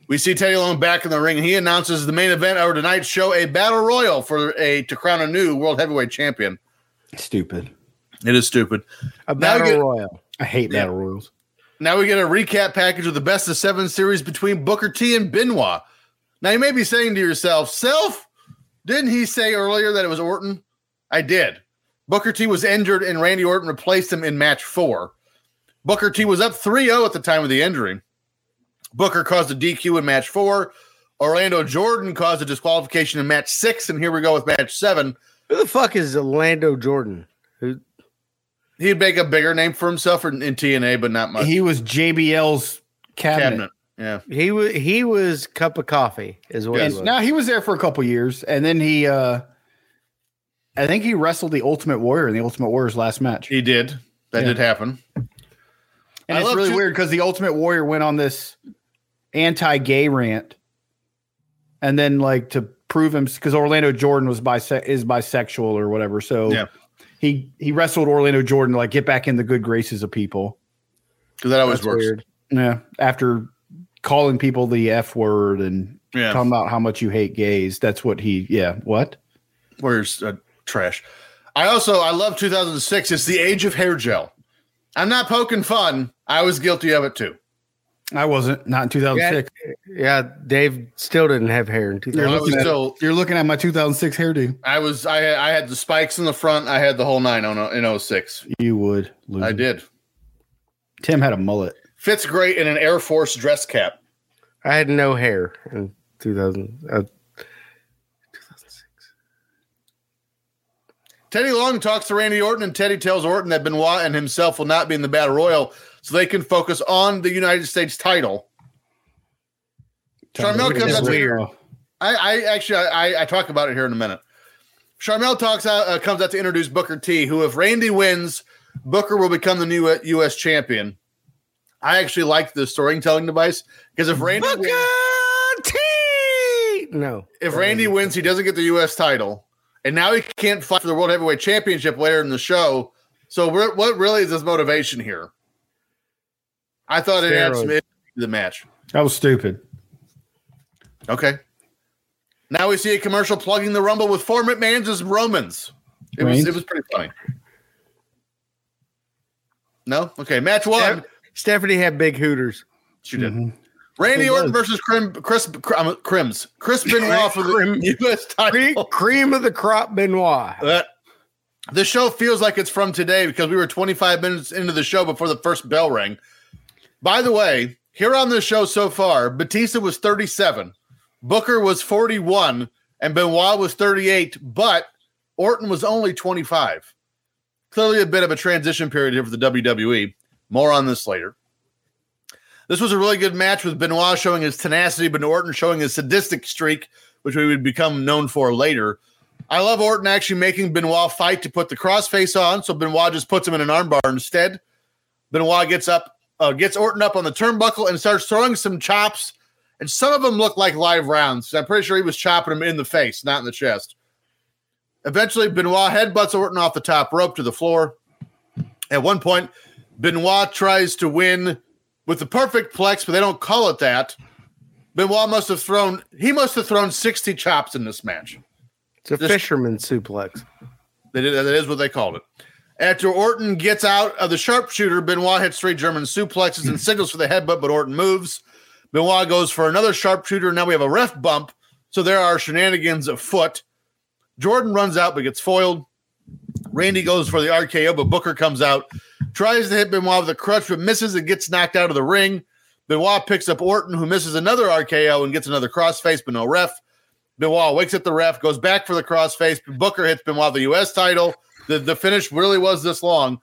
B: we see Teddy Long back in the ring, and he announces the main event of tonight's show: a battle royal for a to crown a new world heavyweight champion.
D: Stupid.
B: It is stupid.
C: A
B: Now
C: battle
B: get-
C: royal.
D: I hate
B: Yeah.
D: battle royals.
B: Now we get a recap package of the best of seven series between Booker T and Benoit. Now you may be saying to yourself, "Self, didn't he say earlier that it was Orton?" I did. Booker T was injured, and Randy Orton replaced him in match four. Booker T was up 3-0 at the time of the injury. Booker caused a DQ in match four. Orlando Jordan caused a disqualification in match six, and here we go with match seven.
C: Who the fuck is Orlando Jordan? Who
B: He'd make a bigger name for himself in, in TNA, but not much.
D: He was JBL's cabinet.
B: cabinet. Yeah.
C: he was? He was cup of coffee is what.
B: Yes.
C: He was.
D: And now he was there for a couple years, and then he, uh I think he wrestled the Ultimate Warrior in the Ultimate Warrior's last match.
B: He did. That
D: Yeah.
B: did happen.
D: And
B: I
D: it's
B: love
D: really
B: to-
D: weird because the Ultimate Warrior went on this anti-gay rant, and then like to prove him because Orlando Jordan was bise- is bisexual or whatever. So
B: Yeah.
D: he he wrestled Orlando Jordan to like get back in the good graces of people.
B: Because that always works.
D: Yeah, after calling people the f word and
B: Yeah.
D: talking about how much you hate gays, that's what he. Yeah, what?
B: Warriors uh, trash. I also I love 2006. It's the age of hair gel. I'm not poking fun. I was guilty of it too.
D: I wasn't not in two thousand
C: Yeah,
D: six.
C: yeah, Dave still didn't have hair in
D: You're,
C: 2000.
B: was
D: looking at-
B: still-
D: you're looking at my two thousand six hairdo.
B: I was I I had the spikes in the front. I had the whole nine on in 06.
D: You would. Lose.
B: I did.
D: Tim had a mullet.
B: Fits great in an Air Force dress cap.
C: I had no hair in 2000. Uh,
B: Teddy Long talks to Randy Orton, and Teddy tells Orton that Benoit and himself will not be in the Battle Royal, so they can focus on the United States title. Charmel comes
D: That's
B: up to
D: weird.
B: I, I actually I, I talk about it here in a minute. Charmel talks out uh, comes out to introduce Booker T, who if Randy wins, Booker will become the new uh, U.S. champion. I actually like the storytelling device because if Randy wins,
C: no.
B: if Randy wins, he doesn't get the U.S. title, and now he can't fight for the World Heavyweight Championship later in the show. So we're, what really is his motivation here? I thought it had some
C: Steroids.
B: to the match.
D: That was stupid.
B: Okay. Now we see a commercial plugging the Rumble with four McMahons as Romans. It was
D: Reigns?
B: it was pretty funny. No? Okay. Match one.
C: Stephanie had big hooters.
B: She did. Randy
D: It
B: Orton
D: was.
B: versus Crim, Chris Crim, Crims. Chris Benoit for
C: Crim.
B: the U.S.
C: Cre-
B: title.
C: Cream of the crop Benoit.
B: Uh, the show feels like it's from today because we were 25 minutes into the show before the first bell rang. By the way, here on this show so far, Batista was 37, Booker was 41, and Benoit was 38, but Orton was only 25. Clearly, a bit of a transition period here for the WWE. More on this later. This was a really good match with Benoit showing his tenacity, but Orton showing his sadistic streak, which we would become known for later. I love Orton actually making Benoit fight to put the crossface on, so Benoit just puts him in an armbar instead. Benoit gets up, uh, gets Orton up on the turnbuckle and starts throwing some chops, and some of them look like live rounds. I'm pretty sure he was chopping him in the face, not in the chest. Eventually, Benoit headbutts Orton off the top rope to the floor. At one point, Benoit tries to win with the perfect plex, but they don't call it that. Benoit must have thrown he must have thrown 60 chops in this match.
C: It's a
B: Just-
C: fisherman suplex.
B: That is, that is what they called it. After Orton gets out of the sharpshooter, Benoit hits three German suplexes and signals for the headbutt, but Orton moves. Benoit goes for another sharpshooter. Now we have a ref bump, so there are shenanigans afoot. Jordan runs out but gets foiled. Randy goes for the RKO, but Booker comes out, tries to hit Benoit with a crutch, but misses and gets knocked out of the ring. Benoit picks up Orton, who misses another RKO and gets another crossface, but no ref. Benoit wakes up the ref, goes back for the crossface. Booker hits Benoit the U.S. title. The, the finish really was this long.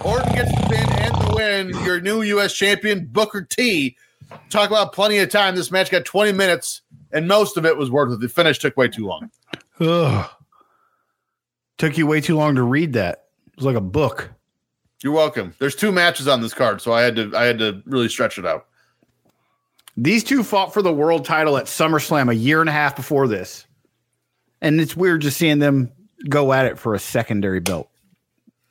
B: Orton gets the pin and the win. Your new U.S. champion, Booker T. Talk about plenty of time. This match got 20 minutes, and most of it was worth it. The finish took way too long.
D: Ugh. Took you way too long to read that. It was like a book.
B: You're welcome. There's two matches on this card, so I had to I had to really stretch it out.
D: These two fought for the world title at SummerSlam a year and a half before this. And it's weird just seeing them go at it for a secondary belt.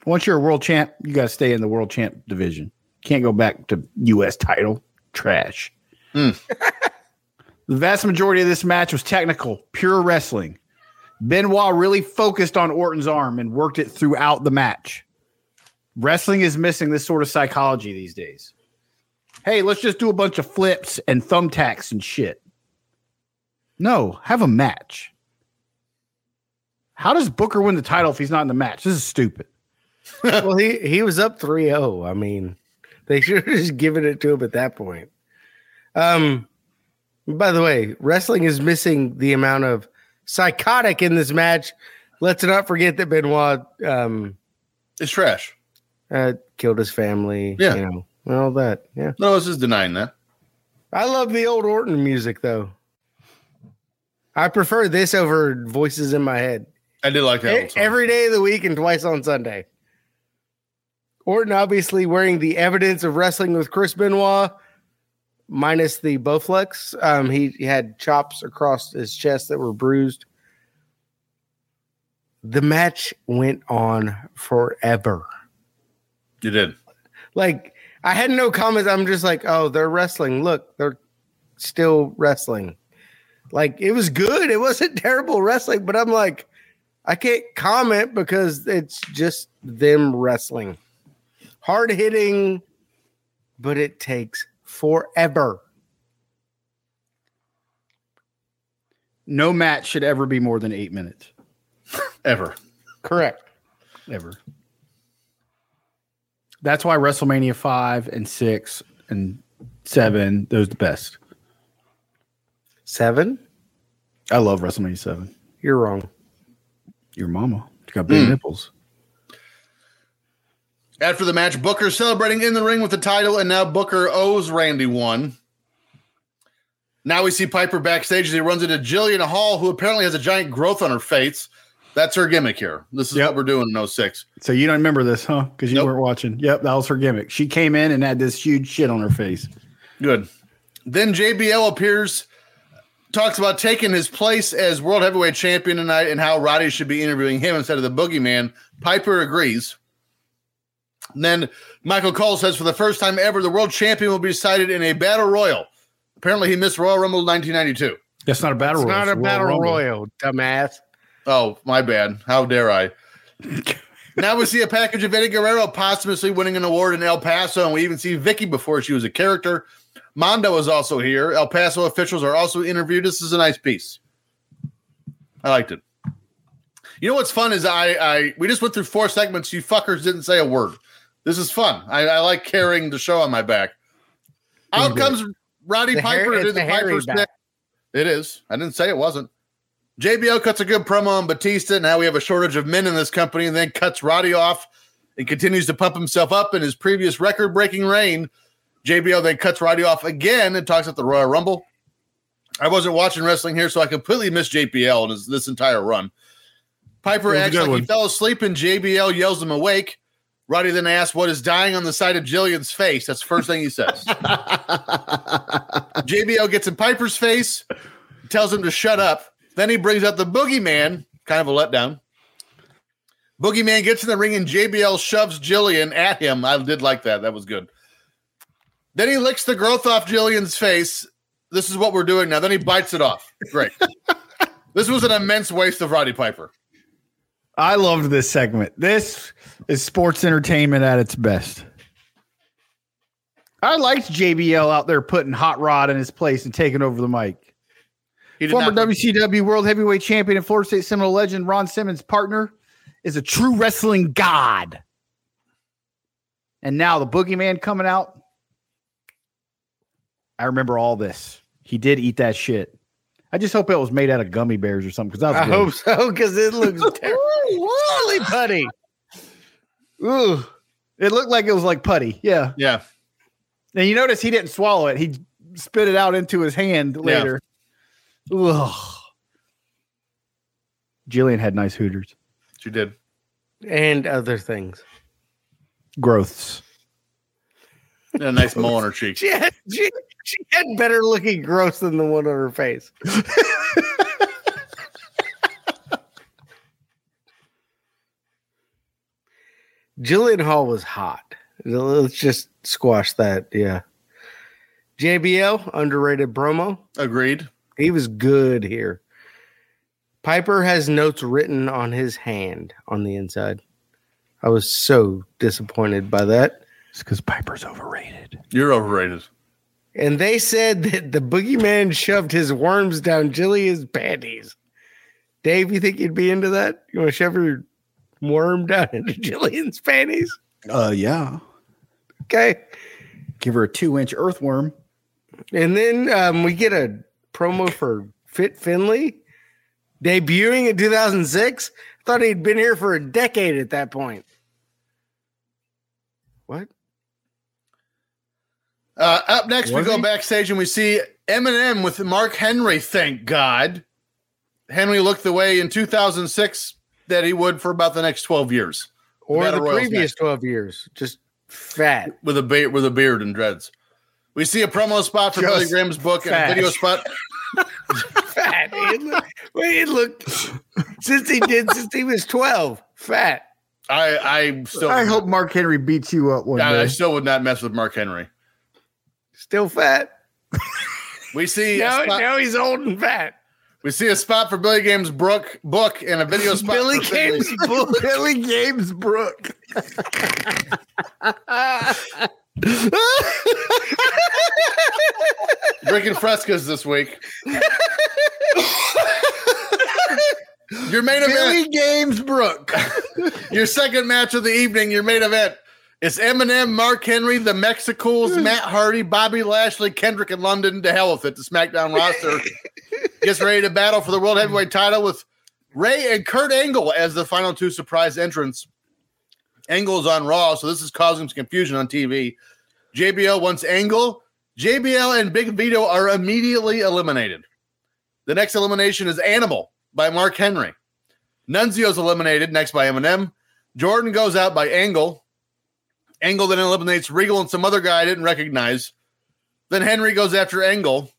D: Once you're a world champ, you got to stay in the world champ division. Can't go back to U.S. title. Trash. the vast majority of this match was technical, pure wrestling. Benoit really focused on Orton's arm and worked it throughout the match. Wrestling is missing this sort of psychology these days hey, let's just do a bunch of flips and thumbtacks and shit. No, have a match. How does Booker win the title if he's not in the match? This is stupid.
C: well, he, he was up 3 0. I mean, they should have just given it to him at that point. Um, by the way, wrestling is missing the amount of psychotic in this match Let's not forget that Benoit um,
B: It's trash.
C: uh, killed his family.
B: Yeah.
C: You know, and all that. Yeah.
B: No one's just denying that.
C: I love the old Orton music though. I prefer this over voices in my head.
B: I did like that.
C: E-
B: one song.
C: every day of the week and twice on Sunday. Orton obviously wearing the evidence of wrestling with Chris Benoit, minus the Bowflex. Um, he, he had chops across his chest that were bruised. The match went on forever.
B: you did.
C: Like I had no comments. I'm just like, oh, they're wrestling. Look, they're still wrestling. Like it was good. It wasn't terrible wrestling, but I'm like, I can't comment because it's just them wrestling. Hard hitting, but it takes forever.
D: No match should ever be more than eight minutes.
B: Ever.
C: Correct.
D: Ever. That's why WrestleMania five and six and seven, those the best.
C: Seven?
D: I love WrestleMania seven.
C: You're wrong.
D: Your mama. She got big nipples.
B: After the match, Booker celebrating in the ring with the title, and now Booker owes Randy one. Now we see Piper backstage as he runs into Jillian Hall, who apparently has a giant growth on her face. That's her gimmick here. This is
D: Yep.
B: what we're doing in 06.
D: So you don't remember this, huh? Because you
B: Nope.
D: weren't watching. Yep, that was her gimmick. She came in and had this huge shit on her face.
B: Good. Then JBL appears, talks about taking his place as world heavyweight champion tonight and how Roddy should be interviewing him instead of the boogeyman. Piper agrees. And then Michael Cole says, for the first time ever, the world champion will be decided in a battle royal. Apparently, he missed Royal Rumble 1992.
D: That's not a battle
C: It's
D: royal.
C: not a
D: Royal
C: battle
D: Rumble.
C: royal, dumbass.
B: Oh, my bad. How dare I? now we see a package of Eddie Guerrero posthumously winning an award in El Paso, and we even see Vicky before she was a character. Mondo is also here. El Paso officials are also interviewed. This is a nice piece. I liked it. You know what's fun is I, I we just went through four segments. You fuckers didn't say a word. This is fun. I, I like carrying the show on my back. Out comes Roddy
C: The hair-
B: Piper to
C: it's
B: do the
C: the hairy
B: Piper's
C: back.
B: neck. It is. I didn't say it wasn't. JBL cuts a good promo on Batista. Now we have a shortage of men in this company, and then cuts Roddy off and continues to pump himself up in his previous record breaking reign. JBL then cuts Roddy off again and talks at the Royal Rumble. I wasn't watching wrestling here, so I completely missed JBL and his, this entire run. Piper
D: It was a
B: acts
D: good
B: like he
D: one.
B: fell asleep, and JBL yells him awake. Roddy then asks what is dying on the side of Jillian's face. That's the first thing he says. JBL gets in Piper's face, tells him to shut up. Then he brings out the boogeyman, kind of a letdown. Boogeyman gets in the ring and JBL shoves Jillian at him. I did like that. That was good. Then he licks the growth off Jillian's face. This is what we're doing now. Then he bites it off. Great. this was an immense waste of Roddy Piper.
D: I loved this segment. This is sports entertainment at its best. I liked JBL out there putting Hot Rod in his place and taking over the mic.
B: He did
D: Former
B: not-
D: WCW World Heavyweight Champion and Florida State Seminole legend Ron Simmons' partner is a true wrestling god. And now the boogeyman coming out. I remember all this. He did eat that shit. I just hope it was made out of gummy bears or something. Because that was
C: I
D: good.
C: hope so because it looks terrible. Holy putty.
D: Ooh, it looked like it was like putty. Yeah.
B: Yeah.
D: And you notice he didn't swallow it. He spit it out into his hand later. Ugh. Jillian had nice hooters.
B: She did.
C: And other things.
D: Growths.
B: And a nice mole on her cheek.
C: She had, she, she had better looking gross than the one on her face. Jillian Hall was hot. Let's just squash that. Yeah. JBL, underrated promo.
B: Agreed.
C: He was good here. Piper has notes written on his hand on the inside. I was so disappointed by that.
D: It's because Piper's overrated.
B: You're overrated.
C: And they said that the boogeyman shoved his worms down Jillian's panties. Dave, you think you'd be into that? You want to shove your worm down into Jillian's panties?
D: Uh, yeah.
C: Okay.
D: Give her a two inch earthworm.
C: And then um, we get a promo for Fit Finley debuting in 2006. Thought he'd been here for a decade at that point. What?
B: Uh, up next, we
C: Was
B: go
C: he?
B: backstage and we see Eminem with Mark Henry. Thank God, Henry looked the way in 2006 that he would for about the next 12 years
C: Or
B: Battle
C: the
B: Royale's
C: previous
B: next.
C: 12 years. Just fat.
B: with a beard with a beard and dreads. We see a promo spot for
C: Just
B: Billy Graham's book and
C: fat.
B: a video spot.
C: Fat. He looked, well, he looked since he did since he was 12. Fat.
B: I I still
D: I
B: I,
D: hope Mark Henry beats you up one
B: I
D: day.
B: still would not mess with Mark Henry.
C: Still fat.
B: We see a
C: Now,
B: spot-
C: now he's old and fat.
B: we see a spot for Billy Graham's book book and a video spot.
C: Billy
B: for Finley.
C: Games book.
D: Billy James Brook.
B: drinking frescas this week. your main
D: Billy
B: event,
D: James Brook.
B: your second match of the evening, your main event. It's Eminem, Mark Henry, the Mexicals, Matt Hardy, Bobby Lashley, Kendrick, and London to hell with it. The SmackDown roster gets ready to battle for the World Heavyweight title with Ray and Kurt Angle as the final two surprise entrants. Angle's on Raw, so this is causing some confusion on TV. JBL wants Angle. JBL and Big Vito are immediately eliminated. The next elimination is Animal by Mark Henry. Nunzio's eliminated, next by Eminem. Jordan goes out by Angle. Angle then eliminates Regal and some other guy I didn't recognize. Then Henry goes after Angle.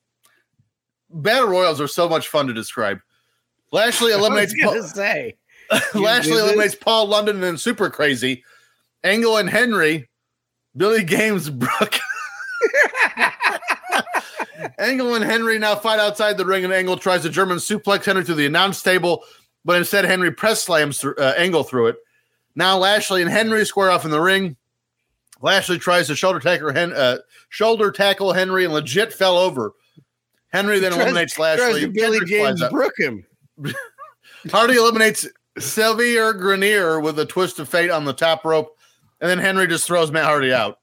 B: Battle Royals are so much fun to describe. Lashley eliminates.
C: I
B: Paul-
C: was gonna say.
B: Lashley
C: You do
B: eliminates Paul London and then Super Crazy. Angle and Henry. Billy Games Brook. Angle and Henry now fight outside the ring, and Angle tries a German suplex Henry through the announce table, but instead Henry press slams thr- uh, Angle through it. Now Lashley and Henry square off in the ring. Lashley tries to shoulder tackle, Hen- uh, shoulder tackle Henry and legit fell over. Henry then
C: Tries-
B: eliminates
C: tries
B: Lashley.
C: to Billy
B: Kendrick flies
C: James
B: out.
C: Brook him.
B: Hardy eliminates Sevier Grenier with a twist of fate on the top rope, and then Henry just throws Matt Hardy out.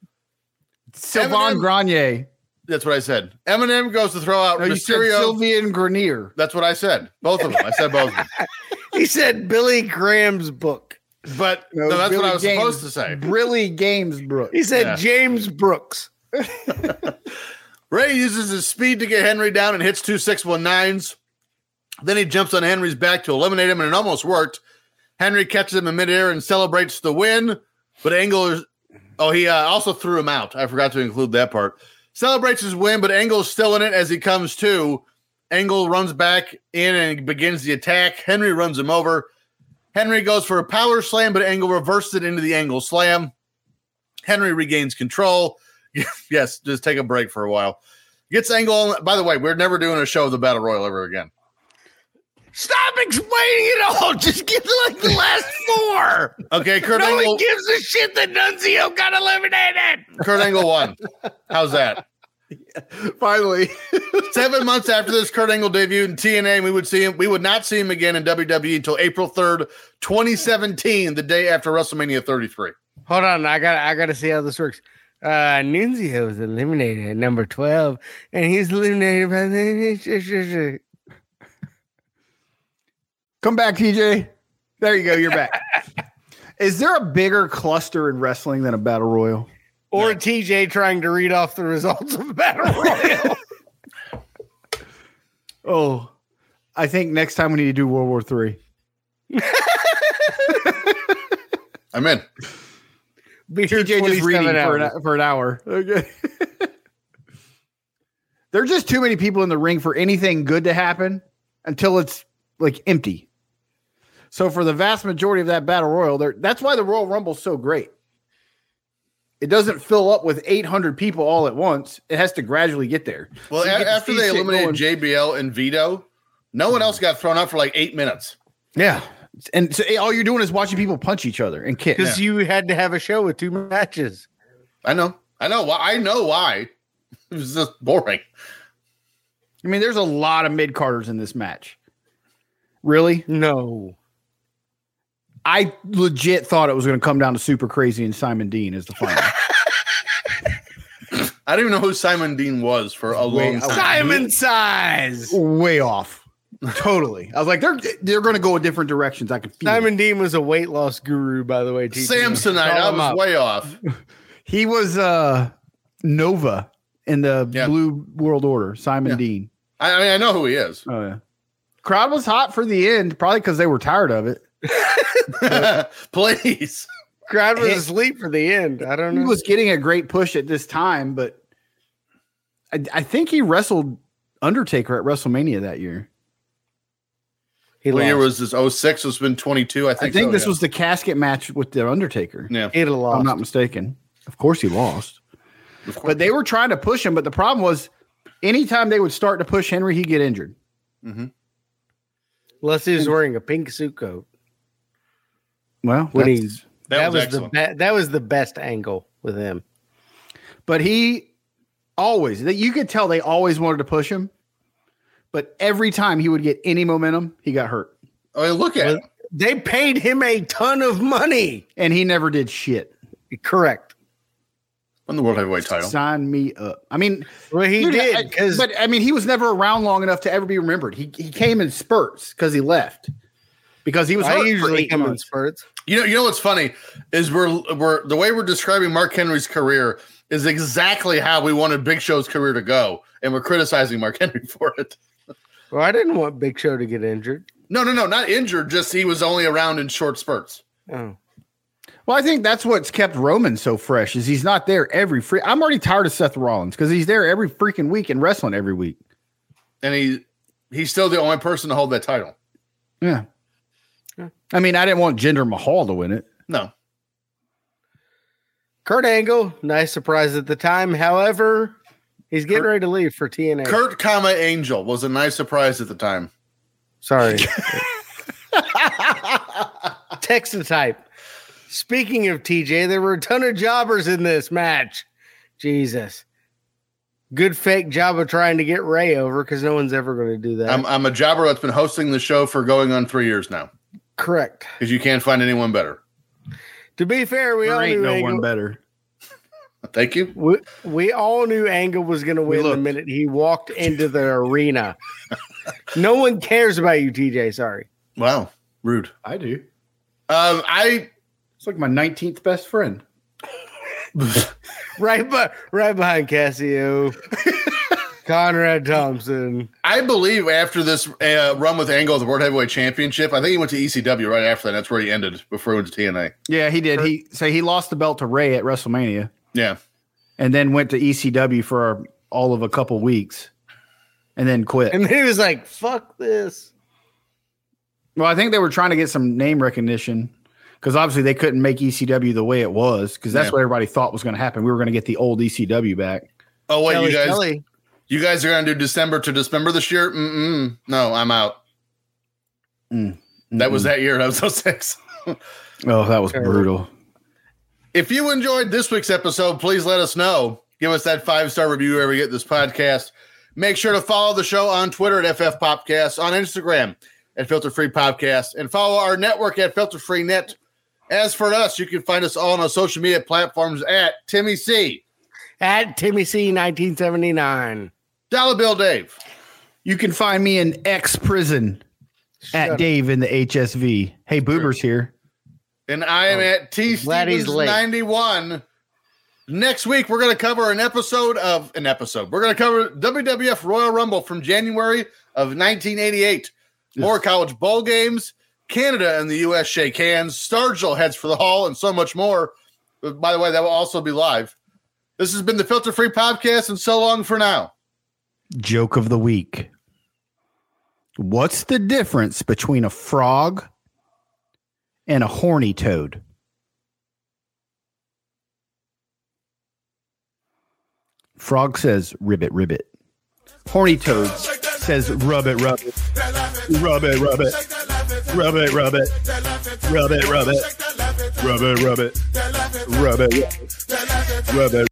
D: Sylvain
B: Eminem-
D: Grenier.
B: That's what I said. Eminem goes to throw out
D: No, you said
B: Mysterio.
D: Sylvain Grenier.
B: That's what I said. Both of them. I said both of them.
C: He said Billy Graham's book.
B: But no, that's what
D: Billy
B: I was
D: James-
B: supposed to say.
D: Billy James Brook.
C: He said
B: Yeah.
C: James Brooks.
B: Ray uses his speed to get Henry down and hits two 619s. Then he jumps on Henry's back to eliminate him, and it almost worked. Henry catches him in midair and celebrates the win, but Angle is. Oh, he uh, also threw him out. I forgot to include that part. Celebrates his win, but Angle's still in it as he comes to. Angle runs back in and begins the attack. Henry runs him over. Henry goes for a power slam, but Angle reverses it into the Angle slam. Henry regains control. yes, just take a break for a while. Gets Angle. on- By the way, we're never doing a show of the Battle Royal ever again.
C: Stop explaining it all. Just give like the last four.
B: Okay, Kurt
C: no
B: Angle.
C: one gives a shit that Nunzio got eliminated.
B: Kurt Angle won. How's that?
D: Finally.
B: Seven months after this, Kurt Angle debuted in TNA. and We would see him. We would not see him again in WWE until April third, twenty seventeen, the day after WrestleMania thirty three.
C: Hold on, I got to I got to see how this works. Uh Nunzio was eliminated at number twelve, and he's eliminated by the.
D: Come back, TJ. There you go. You're back. Is there a bigger cluster in wrestling than a battle royal?
C: Or TJ trying to read off the results of Battle Royale.
D: Oh, I think next time we need to do World War Three.
B: I'm in.
C: Be here
D: TJ just
C: 27
D: reading for
C: hours.
D: an, for an hour. Okay. there are just too many people in the ring for anything good to happen until it's like empty. So for the vast majority of that battle royal, there that's why the Royal Rumble's so great. It doesn't fill up with 800 people all at once. It has to gradually get there.
B: Well,
D: So you
B: a-
D: get to
B: after
D: see
B: they
D: shit
B: eliminated
D: going-
B: JBL and Vito, no one else got thrown out for like eight minutes.
D: yeah, and so eh, all you're doing is watching people punch each other and kick.
C: because you had to have a show with two matches.
B: I know. I know. why- I know why. It was just boring.
D: I mean, there's a lot of mid carders in this match. Really,
C: No,
D: I legit thought it was going to come down to Super Crazy and Simon Dean as the final.
B: I don't even know who Simon Dean was for a long time.
C: Simon size.
D: Way off.
C: Totally.
D: I was like, they're they're going to go in different directions. I can feel. it.
C: Simon Dean was a weight loss guru, by the way. TJ.
B: Samsonite, I
C: Call him
B: was
C: up.
B: way off.
D: He was uh Nova in the
B: Yeah.
D: Blue World Order. Simon
B: Yeah.
D: Dean.
B: I, I mean, I know who he is.
D: Oh yeah. Crowd was hot for the end, probably because they were tired of it.
B: Please.
C: Crowd was
D: Hit-
C: asleep for the end. I don't
D: He
C: know.
D: was getting a great push at this time, but I, I think he wrestled Undertaker at WrestleMania that year.
C: he
B: What year was
C: lost.
B: this? 06 was been 22. I
D: I
B: think,
D: think,
B: so,
D: this
B: yeah.
D: was the casket match with the Undertaker.
B: Yeah.
C: He'd have
D: If I'm
C: lost.
D: not mistaken. Of course, he lost. But they were trying to push him. But the problem was, anytime they would start to push Henry, he'd get injured.
C: Unless he was wearing a pink suit coat.
D: Well,
C: When
D: that's-
C: he's-
B: That,
C: That,
B: was,
C: was, the
B: excellent.
C: be- that was the best angle with him.
D: but he always that you could tell they always wanted to push him. But every time he would get any momentum, he got hurt,
B: I mean, Oh, look at it.
C: They paid him a ton of money.
D: and he never did shit.
C: Correct.
B: Won the World Heavyweight title.
D: Sign me up. I mean,
C: Well, he
D: dude, I-
C: did because
D: but I mean, he was never around long enough to ever be remembered. He he came in spurts because he left because he was.
C: I
D: hurt for
C: usually
D: eight
C: come in
D: months.
C: spurts.
B: You know, you know what's funny is we're we're the way we're describing Mark Henry's career is exactly how we wanted Big Show's career to go, and we're criticizing Mark Henry for it.
C: Well, I didn't want Big Show to get injured.
B: No, no, no, not injured. Just he was only around in short spurts.
C: Oh.
D: Well, I think that's what's kept Roman so fresh is he's not there every free. I'm already tired of Seth Rollins because he's there every freaking week and wrestling every week.
B: and he he's still the only person to hold that title.
D: Yeah. I mean, I didn't want Jinder Mahal to win it.
B: No,
C: Kurt Angle, nice surprise at the time. However, he's getting ready to leave for TNA.
B: Kurt, comma Angel was a nice surprise at the time.
C: Sorry. Text to type. Speaking of TJ, there were a ton of jobbers in this match. Jesus. Good fake job of trying to get Ray over because no one's ever going to do that.
B: I'm I'm a jobber that's been hosting the show for going on three years now
C: Correct.
B: because you can't find anyone better.
C: To be fair, we all knew Angle,
D: better.
B: Thank you.
C: we, we all knew Angle was going to win the
D: looked.
C: minute he walked into the arena. no one cares about you, TJ. Sorry.
B: Wow, rude.
D: I do.
B: Um, I
D: It's like my 19th best friend.
C: Right, but right behind Cassio, Conrad Thompson.
B: I believe after this uh, run with Angle at the World Heavyweight Championship, I think he went to ECW right after that. That's where he ended before he went to TNA.
D: Yeah, he did. He so he lost the belt to Ray at WrestleMania
B: Yeah,
D: and then went to ECW for all of a couple weeks and then quit.
C: And then he was like, fuck this.
D: Well, I think they were trying to get some name recognition because obviously they couldn't make ECW the way it was because that's
B: Yeah.
D: what everybody thought was going to happen. We were going to get the old ECW back.
B: Oh wait,
C: Kelly
B: you guys,
C: Kelly.
B: you guys are gonna do December to December this year? Mm-mm. No, I'm out.
C: Mm,
B: That was that year. That was 06.
D: Oh, that was brutal.
B: If you enjoyed this week's episode, please let us know. Give us that five star review wherever you get this podcast. Make sure to follow the show on Twitter at FF Popcast, on Instagram at Filter Free Podcast, and follow our network at Filter Free Net. As for us, you can find us all on our social media platforms at Timmy C,
C: At Timmy C 1979.
B: Dollar Bill Dave,
D: You can find me in X prison at Dave in the HSV. Hey, Boober's here.
B: and I am at T
C: Oh, glad he's
B: Stevens
C: late.
B: 91. Next week, we're going to cover an episode of an episode. We're going to cover WWF Royal Rumble from January of 1988. More college bowl games. Canada and the U.S. shake hands. Stargell heads for the hall, and so much more. But by the way, that will also be live. This has been the Filter Free Podcast, and so long for now.
D: Joke of the week. What's the difference between a frog and a horny toad? Frog says ribbit, ribbit. Horny toad says rub it, rub it. Rub it, rub it. Rub it, rub it. Rub it, rub it. Rub it, rub it. Rub it, rub it. Rub it,